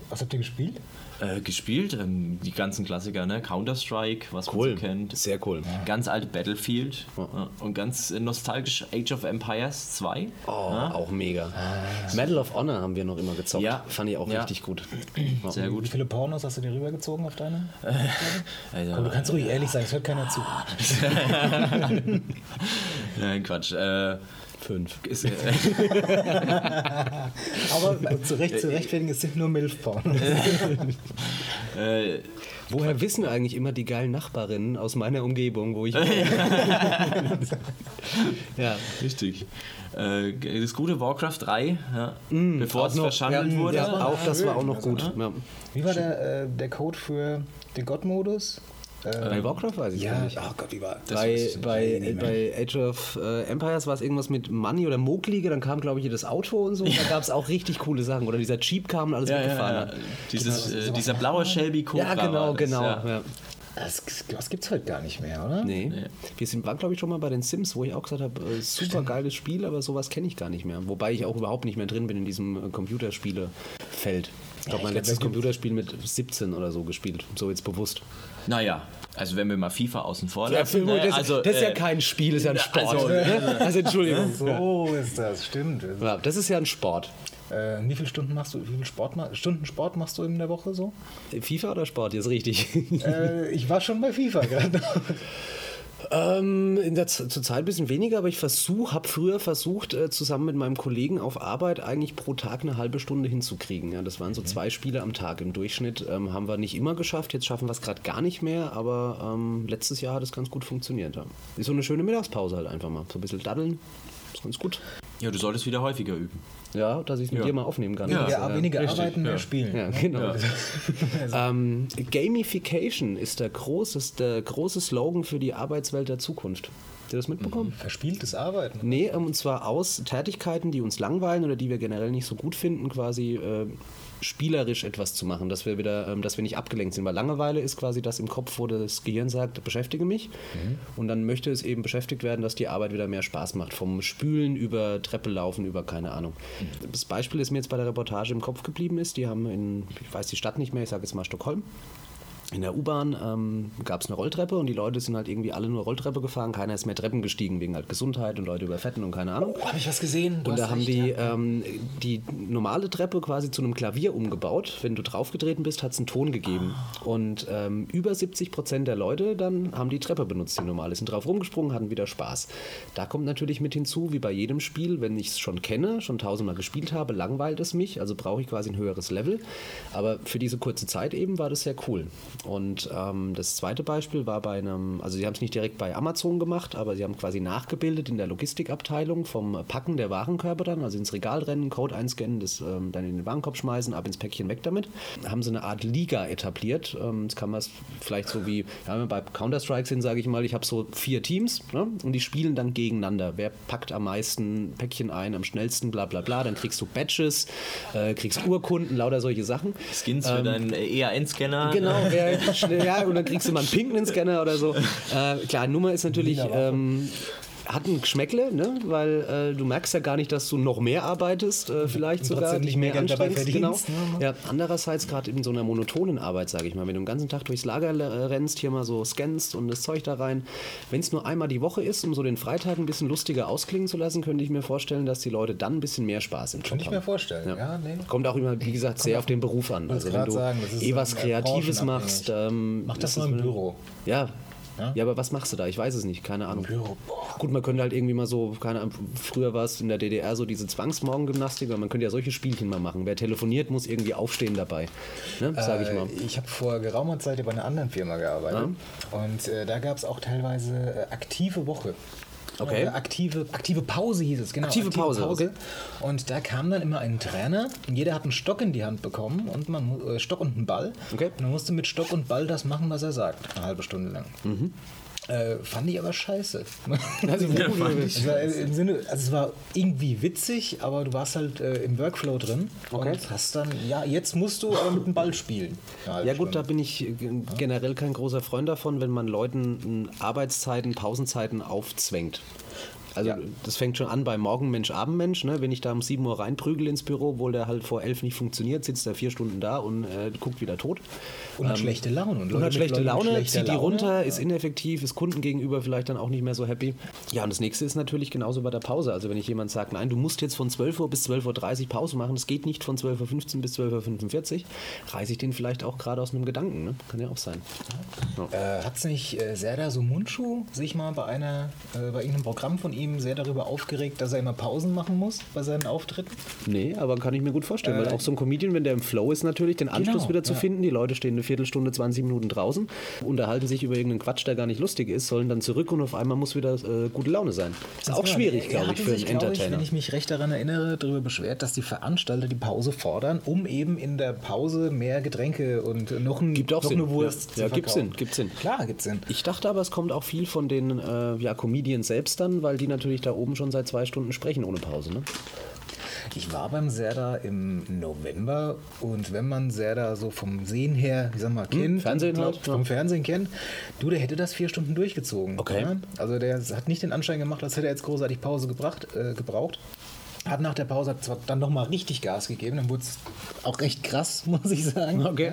Speaker 5: Was habt ihr gespielt?
Speaker 7: Äh, gespielt, ähm, die ganzen Klassiker, ne? Counter-Strike, was man so kennt.
Speaker 2: Sehr cool.
Speaker 7: Ganz alte Battlefield ja. und ganz äh, nostalgisch Age of Empires 2.
Speaker 2: Oh, auch mega. Medal of Honor haben wir noch immer gezockt.
Speaker 7: Ja.
Speaker 2: Fand ich auch
Speaker 7: Ja.
Speaker 2: richtig gut.
Speaker 7: Sehr
Speaker 5: Wie
Speaker 7: gut.
Speaker 5: viele Pornos hast du dir rübergezogen auf deine? Komm, du
Speaker 2: äh,
Speaker 7: Also,
Speaker 5: kannst ruhig
Speaker 2: Ah.
Speaker 5: ehrlich sein, es hört keiner zu.
Speaker 7: nein, Quatsch. Äh, Fünf. Ist, äh,
Speaker 5: Aber zu Recht, zu
Speaker 2: Äh,
Speaker 5: rechtfertigen, es sind nur Milf-Pornos.
Speaker 7: äh,
Speaker 2: Woher wissen eigentlich immer die geilen Nachbarinnen aus meiner Umgebung, wo ich. ja.
Speaker 7: richtig. Äh, das gute Warcraft 3, ja, bevor es verschandelt
Speaker 2: Mm, ja,
Speaker 7: wurde.
Speaker 2: Ja, auch das war auch noch gut. Ja.
Speaker 5: Wie war der, äh, der Code für den God-Modus? Äh,
Speaker 2: Bei Warcraft weiß ich gar
Speaker 5: ja,
Speaker 2: nicht.
Speaker 5: oh Gott, wie war
Speaker 2: Bei, bei, bei Age of äh, Empires war es irgendwas mit Money oder Mokliege, dann kam, glaube ich, hier das Auto und so. Und da gab es auch richtig coole Sachen. Oder dieser Jeep kam und alles
Speaker 7: Ja,
Speaker 2: weggefahren
Speaker 7: ja, ja.
Speaker 2: hat.
Speaker 7: Dieses, äh, dieser blaue Shelby Cobra.
Speaker 2: ne? Genau. Ja, genau,
Speaker 7: war das,
Speaker 2: genau.
Speaker 7: ja.
Speaker 2: Ja.
Speaker 5: Das, das gibt's heute gar nicht mehr, oder?
Speaker 2: Nee. Wir sind, waren, glaube ich, schon mal bei den Sims, wo ich auch gesagt habe, äh, super geiles Spiel, aber sowas kenne ich gar nicht mehr. Wobei ich auch überhaupt nicht mehr drin bin in diesem äh, Computerspielefeld. Ich glaube, mein letztes Computerspiel mit 17 oder so gespielt. So jetzt bewusst.
Speaker 7: Naja, also wenn wir mal FIFA außen vor
Speaker 2: Ja,
Speaker 7: lassen. ne,
Speaker 2: das,
Speaker 7: also,
Speaker 2: das ist ja
Speaker 7: äh,
Speaker 2: kein Spiel, das ist ja ein Sport.
Speaker 7: also-
Speaker 2: ne? also Entschuldigung.
Speaker 5: So ist das, stimmt.
Speaker 2: Ja, das ist ja ein Sport.
Speaker 5: Äh, wie viele Stunden machst du, wie viel Sport, ma- Stunden Sport machst du in der Woche so?
Speaker 2: Äh, FIFA oder Sport, jetzt richtig.
Speaker 5: äh, ich war schon bei FIFA gerade.
Speaker 2: ähm, in der Z- zurzeit ein bisschen weniger, aber ich versuche, habe früher versucht, äh, zusammen mit meinem Kollegen auf Arbeit eigentlich pro Tag eine halbe Stunde hinzukriegen. Ja, das waren
Speaker 7: Mhm.
Speaker 2: so zwei Spiele am Tag im Durchschnitt. Ähm, haben wir nicht immer geschafft, jetzt schaffen wir es gerade gar nicht mehr, aber ähm, letztes Jahr hat es ganz gut funktioniert. Ja. Ist so eine schöne Mittagspause halt einfach mal. So ein bisschen daddeln, ist ganz gut.
Speaker 7: Ja, du solltest wieder häufiger üben.
Speaker 2: Ja, dass ich es mit
Speaker 7: Ja.
Speaker 2: dir mal aufnehmen kann.
Speaker 7: Ja.
Speaker 2: Das,
Speaker 5: Ja,
Speaker 2: äh,
Speaker 5: weniger
Speaker 2: richtig.
Speaker 5: arbeiten, mehr spielen.
Speaker 2: Ja, genau. ähm, Gamification ist der große, ist der große Slogan für die Arbeitswelt der Zukunft. Habt ihr das mitbekommen?
Speaker 5: Verspieltes Arbeiten.
Speaker 2: Nee, ähm, und zwar aus Tätigkeiten, die uns langweilen oder die wir generell nicht so gut finden, quasi äh, spielerisch etwas zu machen, dass wir wieder, ähm, dass wir nicht abgelenkt sind. Weil Langeweile ist quasi das im Kopf, wo das Gehirn sagt, beschäftige mich. Und dann möchte es eben beschäftigt werden, dass die Arbeit wieder mehr Spaß macht. Vom Spülen über Treppe laufen, über keine Ahnung. Das Beispiel, das mir jetzt bei der Reportage im Kopf geblieben ist, die haben in, ich weiß die Stadt nicht mehr, ich sage jetzt mal Stockholm, in der U-Bahn ähm, gab es eine Rolltreppe und die Leute sind halt irgendwie alle nur Rolltreppe gefahren, keiner ist mehr Treppen gestiegen, wegen halt Gesundheit und Leute überfetten und keine Ahnung.
Speaker 5: Habe ich was gesehen? Du
Speaker 2: Und da
Speaker 5: hast
Speaker 2: haben
Speaker 5: recht,
Speaker 2: die
Speaker 5: ja.
Speaker 2: ähm, die normale Treppe quasi zu einem Klavier umgebaut. Wenn du draufgetreten bist, hat es einen Ton gegeben.
Speaker 5: Ah.
Speaker 2: Und ähm, über 70 Prozent der Leute dann haben die Treppe benutzt, die normale. Sind drauf rumgesprungen, hatten wieder Spaß. Da kommt natürlich mit hinzu, wie bei jedem Spiel, wenn ich es schon kenne, schon tausendmal gespielt habe, langweilt es mich. Also brauche ich quasi ein höheres Level. Aber für diese kurze Zeit eben war das sehr cool. Und ähm, das zweite Beispiel war bei einem, also sie haben es nicht direkt bei Amazon gemacht, aber sie haben quasi nachgebildet in der Logistikabteilung vom Packen der Warenkörper dann, also ins Regal rennen, Code einscannen, das ähm, dann in den Warenkorb schmeißen, ab ins Päckchen weg damit. Haben sie eine Art Liga etabliert. Ähm, das kann man es vielleicht so wie, ja, wenn wir bei Counter-Strike sind, sage ich mal, ich habe so vier Teams ne? und die spielen dann gegeneinander. Wer packt am meisten Päckchen ein, am schnellsten, bla bla bla. Dann kriegst du Badges, äh, kriegst Urkunden, lauter solche Sachen.
Speaker 7: Skins für deinen äh, E EAN-Scanner.
Speaker 2: Ähm, Genau, wer schnell, ja, und dann kriegst du mal einen pinken Scanner oder so. Äh, klar, Nummer ist natürlich. Ähm, hat ein Geschmäckle, ne? weil äh, du merkst ja gar nicht, dass du noch mehr arbeitest, äh, vielleicht sogar
Speaker 5: trotzdem
Speaker 2: dich
Speaker 5: nicht
Speaker 2: mehr
Speaker 5: mehr dabei
Speaker 2: anstrengst. Genau.
Speaker 5: verdienst, ne?
Speaker 2: Ja, andererseits gerade in so einer monotonen Arbeit, sage ich mal, wenn du den ganzen Tag durchs Lager äh, rennst, hier mal so scannst und das Zeug da rein. Wenn es nur einmal die Woche ist, um so den Freitag ein bisschen lustiger ausklingen zu lassen, könnte ich mir vorstellen, dass die Leute dann ein bisschen mehr Spaß im Job
Speaker 5: Kann ich
Speaker 2: haben.
Speaker 5: mir vorstellen. Ja, nee.
Speaker 2: Kommt auch immer, wie gesagt, sehr auf den Beruf an.
Speaker 5: wollte
Speaker 2: Also wenn
Speaker 5: grad
Speaker 2: du
Speaker 5: sagen, das ist
Speaker 2: eh was
Speaker 5: dann, äh,
Speaker 2: Kreatives
Speaker 5: branchenabhängig.
Speaker 2: machst, ähm,
Speaker 5: Mach das
Speaker 2: ist
Speaker 5: mal im
Speaker 2: mit-
Speaker 5: Büro.
Speaker 2: Ja. ja. aber was machst du da? Ich weiß es nicht, keine Ahnung.
Speaker 5: Büro,
Speaker 2: Gut, man könnte halt irgendwie mal so, keine Ahnung, früher war es in der DDR so diese Zwangsmorgengymnastik, aber man könnte ja solche Spielchen mal machen. Wer telefoniert, muss irgendwie aufstehen dabei, ne, sage ich
Speaker 5: Äh,
Speaker 2: mal.
Speaker 5: Ich habe vor geraumer Zeit bei einer anderen Firma gearbeitet. Und äh, da gab es auch teilweise äh, aktive Woche.
Speaker 2: Okay.
Speaker 5: Äh, aktive, aktive Pause hieß es, genau.
Speaker 2: Aktive Pause,
Speaker 5: Und da kam dann immer ein Trainer und jeder hat einen Stock in die Hand bekommen und man mu- äh, Stock und einen Ball.
Speaker 2: Okay.
Speaker 5: Und man musste mit Stock und Ball das machen, was er sagt, eine halbe Stunde lang.
Speaker 2: Mhm.
Speaker 5: Äh, fand ich aber scheiße. Also, es war im Sinne, also es war irgendwie witzig, aber du warst halt äh, im Workflow drin und hast dann, ja, jetzt musst du aber mit dem Ball spielen. Eine halbe
Speaker 2: Ja gut, da
Speaker 5: Stunde.
Speaker 2: bin ich äh, gen- generell kein großer Freund davon, wenn man Leuten äh, Arbeitszeiten, Pausenzeiten aufzwängt. Also das fängt schon an bei Morgenmensch, Abendmensch. Ne? Wenn ich da um 7 Uhr reinprügel ins Büro, obwohl der halt vor 11 nicht funktioniert, sitzt er vier Stunden da und äh, guckt wieder tot.
Speaker 5: und hat schlechte Laune.
Speaker 2: ähm, Und
Speaker 5: Leute mit
Speaker 2: hat schlechte
Speaker 5: Leuten mit
Speaker 2: Laune,
Speaker 5: schlechter
Speaker 2: zieht die
Speaker 5: Laune.
Speaker 2: runter, ist ineffektiv, ist Kunden gegenüber vielleicht dann auch nicht mehr so happy. Ja, und das nächste ist natürlich genauso bei der Pause. Also wenn ich jemand sagt, nein, du musst jetzt von 12 Uhr bis 12.30 Uhr Pause machen, das geht nicht von 12.15 Uhr bis 12.45 Uhr, reiße ich den vielleicht auch gerade aus einem Gedanken. Ne? Kann ja auch sein.
Speaker 5: Äh, hat es nicht äh, Serdar Sumunchu sich mal bei, einer, äh, bei irgendeinem Programm von ihm sehr darüber aufgeregt, dass er immer Pausen machen muss bei seinen Auftritten?
Speaker 2: Nee, aber kann ich mir gut vorstellen, weil auch so ein Comedian, wenn der im Flow ist, natürlich den Anschluss wieder zu
Speaker 5: ja.
Speaker 2: finden. Die Leute stehen eine Viertelstunde, 20 Minuten draußen, unterhalten sich über irgendeinen Quatsch, der gar nicht lustig ist, sollen dann zurück und auf einmal muss wieder äh, gute Laune sein. Ist auch
Speaker 5: Ja,
Speaker 2: schwierig,
Speaker 5: er
Speaker 2: glaube ich,
Speaker 5: hatte
Speaker 2: für einen
Speaker 5: sich, glaub Ich,
Speaker 2: Entertainer.
Speaker 5: wenn ich mich recht daran erinnere, darüber beschwert, dass die Veranstalter die Pause fordern, um eben in der Pause mehr Getränke und noch, ein,
Speaker 2: Gibt auch
Speaker 5: noch
Speaker 2: Sinn,
Speaker 5: eine Wurst
Speaker 2: ja.
Speaker 5: zu
Speaker 2: Ja, gibt
Speaker 5: verkaufen.
Speaker 2: Sinn, gibt Sinn.
Speaker 5: Klar, gibt Sinn.
Speaker 2: Ich dachte aber, es kommt auch viel von den äh, ja, Comedians selbst dann, weil die natürlich da oben schon seit zwei Stunden sprechen ohne Pause. Ne?
Speaker 5: Ich war beim Serda im November und wenn man Serda so vom Sehen her, ich sag mal, kennt,
Speaker 2: Fernsehen
Speaker 5: glaub,
Speaker 2: halt, ja.
Speaker 5: vom Fernsehen kennt, du, der hätte das vier Stunden durchgezogen.
Speaker 2: Okay.
Speaker 5: Ja? Also der hat nicht den Anschein gemacht, als hätte er jetzt großartig Pause gebracht, äh, gebraucht. Hat nach der Pause hat zwar dann nochmal richtig Gas gegeben, dann wurde es auch recht krass, muss ich sagen.
Speaker 2: Okay.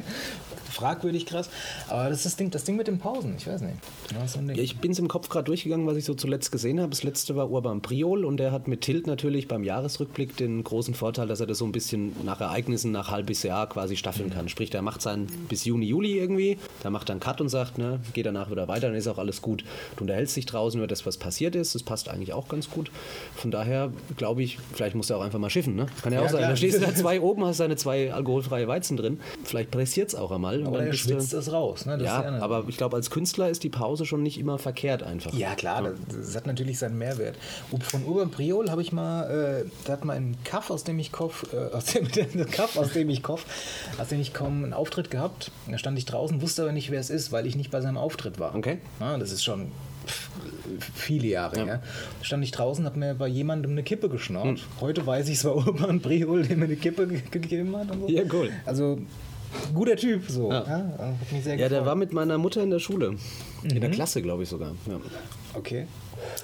Speaker 5: Fragwürdig krass. Aber das ist das Ding, das Ding mit den Pausen, ich weiß nicht. Ja, ist so ein Ding.
Speaker 2: Ja, ich bin es im Kopf gerade durchgegangen, was ich so zuletzt gesehen habe. Das letzte war Urban Priol und der hat mit Tilt natürlich beim Jahresrückblick den großen Vorteil, dass er das so ein bisschen nach Ereignissen, nach halbes Jahr quasi staffeln kann. Sprich, der macht seinen bis Juni, Juli irgendwie, da macht er einen Cut und sagt, ne, geh danach wieder weiter, dann ist auch alles gut. Du unterhältst dich draußen über das, was passiert ist. Das passt eigentlich auch ganz gut. Von daher glaube ich, vielleicht musst du auch einfach mal schiffen. Ne? Kann ja, auch sein. Da stehst du da zwei oben, hast deine zwei alkoholfreie Weizen drin. Vielleicht pressiert es auch einmal,
Speaker 5: und
Speaker 8: Aber
Speaker 5: dann
Speaker 8: er
Speaker 5: bist
Speaker 8: schwitzt
Speaker 5: du-
Speaker 8: das raus, ne? Das
Speaker 5: ja,
Speaker 8: ist die andere-
Speaker 5: aber
Speaker 2: Aber ich glaube, als Künstler ist die Pause schon nicht immer verkehrt einfach.
Speaker 5: Ja, klar, das, das hat natürlich seinen Mehrwert. Und von Urban Priol habe ich mal, äh, da hat mal ein Kaff, aus dem ich kauf, äh, aus dem, ein Kaff, aus dem ich kauf, aus dem ich komme, einen Auftritt gehabt. Da stand ich draußen, wusste aber nicht, wer es ist, weil ich nicht bei seinem Auftritt war.
Speaker 2: Okay.
Speaker 5: Ja, das ist schon pff, viele Jahre, ja. Da stand ich draußen, habe mir bei jemandem eine Kippe
Speaker 2: Hm.
Speaker 5: geschnaubt. Heute weiß ich, es war Urban Priol, der mir eine Kippe ge- gegeben hat und so.
Speaker 2: Ja, cool.
Speaker 5: Also, guter Typ, so. Ja. hat mich sehr
Speaker 2: Ja, der
Speaker 5: gefreut.
Speaker 2: war mit meiner Mutter in der Schule. In
Speaker 5: Mhm.
Speaker 2: der Klasse, glaube ich sogar. Ja.
Speaker 5: Okay.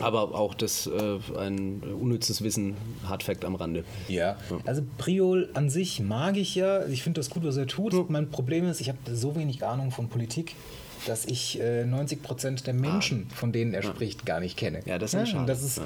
Speaker 2: Aber auch das äh, ein unnützes Wissen, Hard Fact am Rande.
Speaker 5: Ja. Also Priol an sich mag ich ja. Ich finde das gut, was er tut. Mein Problem ist, ich habe so wenig Ahnung von Politik, dass ich äh, 90 Prozent der Menschen, von denen er spricht, gar nicht kenne.
Speaker 2: Ah. Ja, das ist schade.
Speaker 5: und das ist,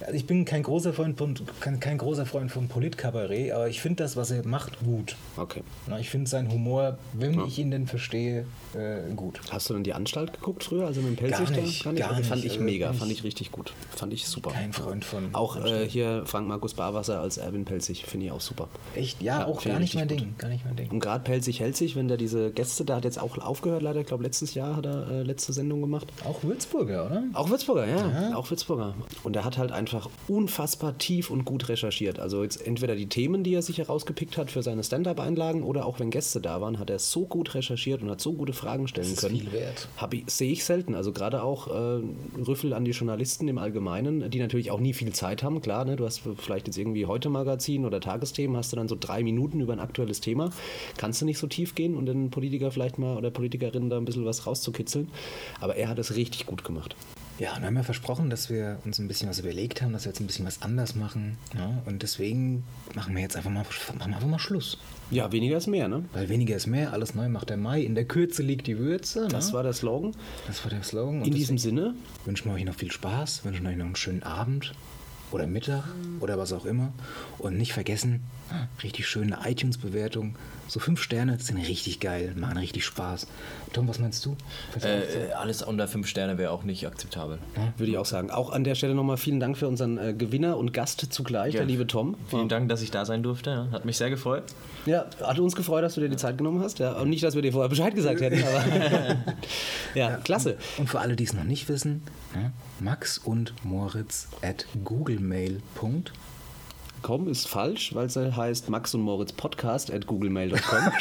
Speaker 5: also ich bin kein großer Freund von, kein, kein großer Freund von Politkabarett, aber ich finde das, was er macht, gut.
Speaker 2: Okay.
Speaker 5: Na, ich finde seinen Humor, wenn ich ihn denn verstehe, äh, gut.
Speaker 2: Hast du denn die Anstalt geguckt früher? Also mit dem Pelzrichter?
Speaker 5: nicht, gar
Speaker 2: Also Fand
Speaker 5: nicht.
Speaker 2: ich
Speaker 5: Also
Speaker 2: mega,
Speaker 5: bin ich-
Speaker 2: fand ich richtig gut. Fand ich super.
Speaker 5: Kein Freund von.
Speaker 2: Auch äh, hier Frank Markus Barwasser als Erwin Pelzig finde ich auch super.
Speaker 5: Echt? Ja,
Speaker 2: Ja,
Speaker 5: auch
Speaker 2: finde
Speaker 5: gar nicht
Speaker 2: ich
Speaker 5: mein
Speaker 2: richtig
Speaker 5: Ding. Gar nicht mein Ding.
Speaker 2: Und gerade Pelzig Helzig, wenn der diese Gäste, der hat jetzt auch aufgehört, leider, ich glaube letztes Jahr hat er äh, letzte Sendung gemacht.
Speaker 5: Auch Würzburger, oder?
Speaker 2: Auch Würzburger, ja, Auch Würzburger. Und er hat halt einfach unfassbar tief und gut recherchiert. Also jetzt entweder die Themen, die er sich herausgepickt hat für seine Stand-up-Einlagen oder auch wenn Gäste da waren, hat er so gut recherchiert und hat so gute Fragen stellen können.
Speaker 5: viel wert.
Speaker 2: Hab ich, sehe ich selten. Also gerade auch äh, Rüffel an die Journalisten im Allgemeinen, die natürlich auch nie viel Zeit haben. Klar, ne, du hast vielleicht jetzt irgendwie heute Magazin oder Tagesthemen, hast du dann so drei Minuten über ein aktuelles Thema. Kannst du nicht so tief gehen und den Politiker vielleicht mal oder Politikerinnen da ein bisschen was rauszukitzeln. Aber er hat es richtig gut gemacht.
Speaker 5: Ja, und haben ja versprochen, dass wir uns ein bisschen was überlegt haben, dass wir jetzt ein bisschen was anders machen. Ja? Und deswegen machen wir jetzt einfach mal, machen wir einfach mal Schluss.
Speaker 2: Ja, weniger ist mehr, ne?
Speaker 5: Weil weniger ist mehr, alles neu macht der Mai. In der Kürze liegt die Würze.
Speaker 2: Das
Speaker 5: ne?
Speaker 2: war der Slogan.
Speaker 5: das war der Slogan. Und
Speaker 2: In diesem Sinne,
Speaker 5: deswegen wünschen wir euch noch viel Spaß, wünschen euch noch einen schönen Abend oder Mittag oder was auch immer. Und nicht vergessen, ah, richtig schöne iTunes-Bewertung. So fünf Sterne sind richtig geil, machen richtig Spaß. Tom, was meinst du?
Speaker 7: Äh, äh, alles unter 5 Sterne wäre auch nicht akzeptabel.
Speaker 2: würde ich auch sagen. Auch an der Stelle nochmal vielen Dank für unseren äh, Gewinner und Gast zugleich, der liebe Tom.
Speaker 7: Vielen Dank, dass ich da sein durfte. ja. Hat mich sehr gefreut.
Speaker 2: Ja, hat uns gefreut, dass du dir die Zeit genommen hast. Ja, und nicht, dass wir dir vorher Bescheid gesagt hätten, aber. ja, klasse.
Speaker 5: Und für alle, die es noch nicht wissen, ne, Max und Moritz at googlemail.com.
Speaker 2: Com ist falsch, weil es heißt Max und Moritz Podcast at googlemail.com.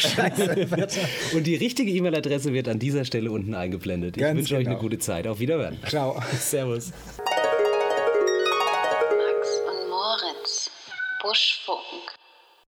Speaker 2: und die richtige E-Mail-Adresse wird an dieser Stelle unten eingeblendet. Ich
Speaker 5: Ganz
Speaker 2: wünsche euch eine
Speaker 5: genau.
Speaker 2: gute Zeit. Auf Wiederhören.
Speaker 5: Ciao.
Speaker 2: Servus.
Speaker 3: Max und Moritz, Buschfunk.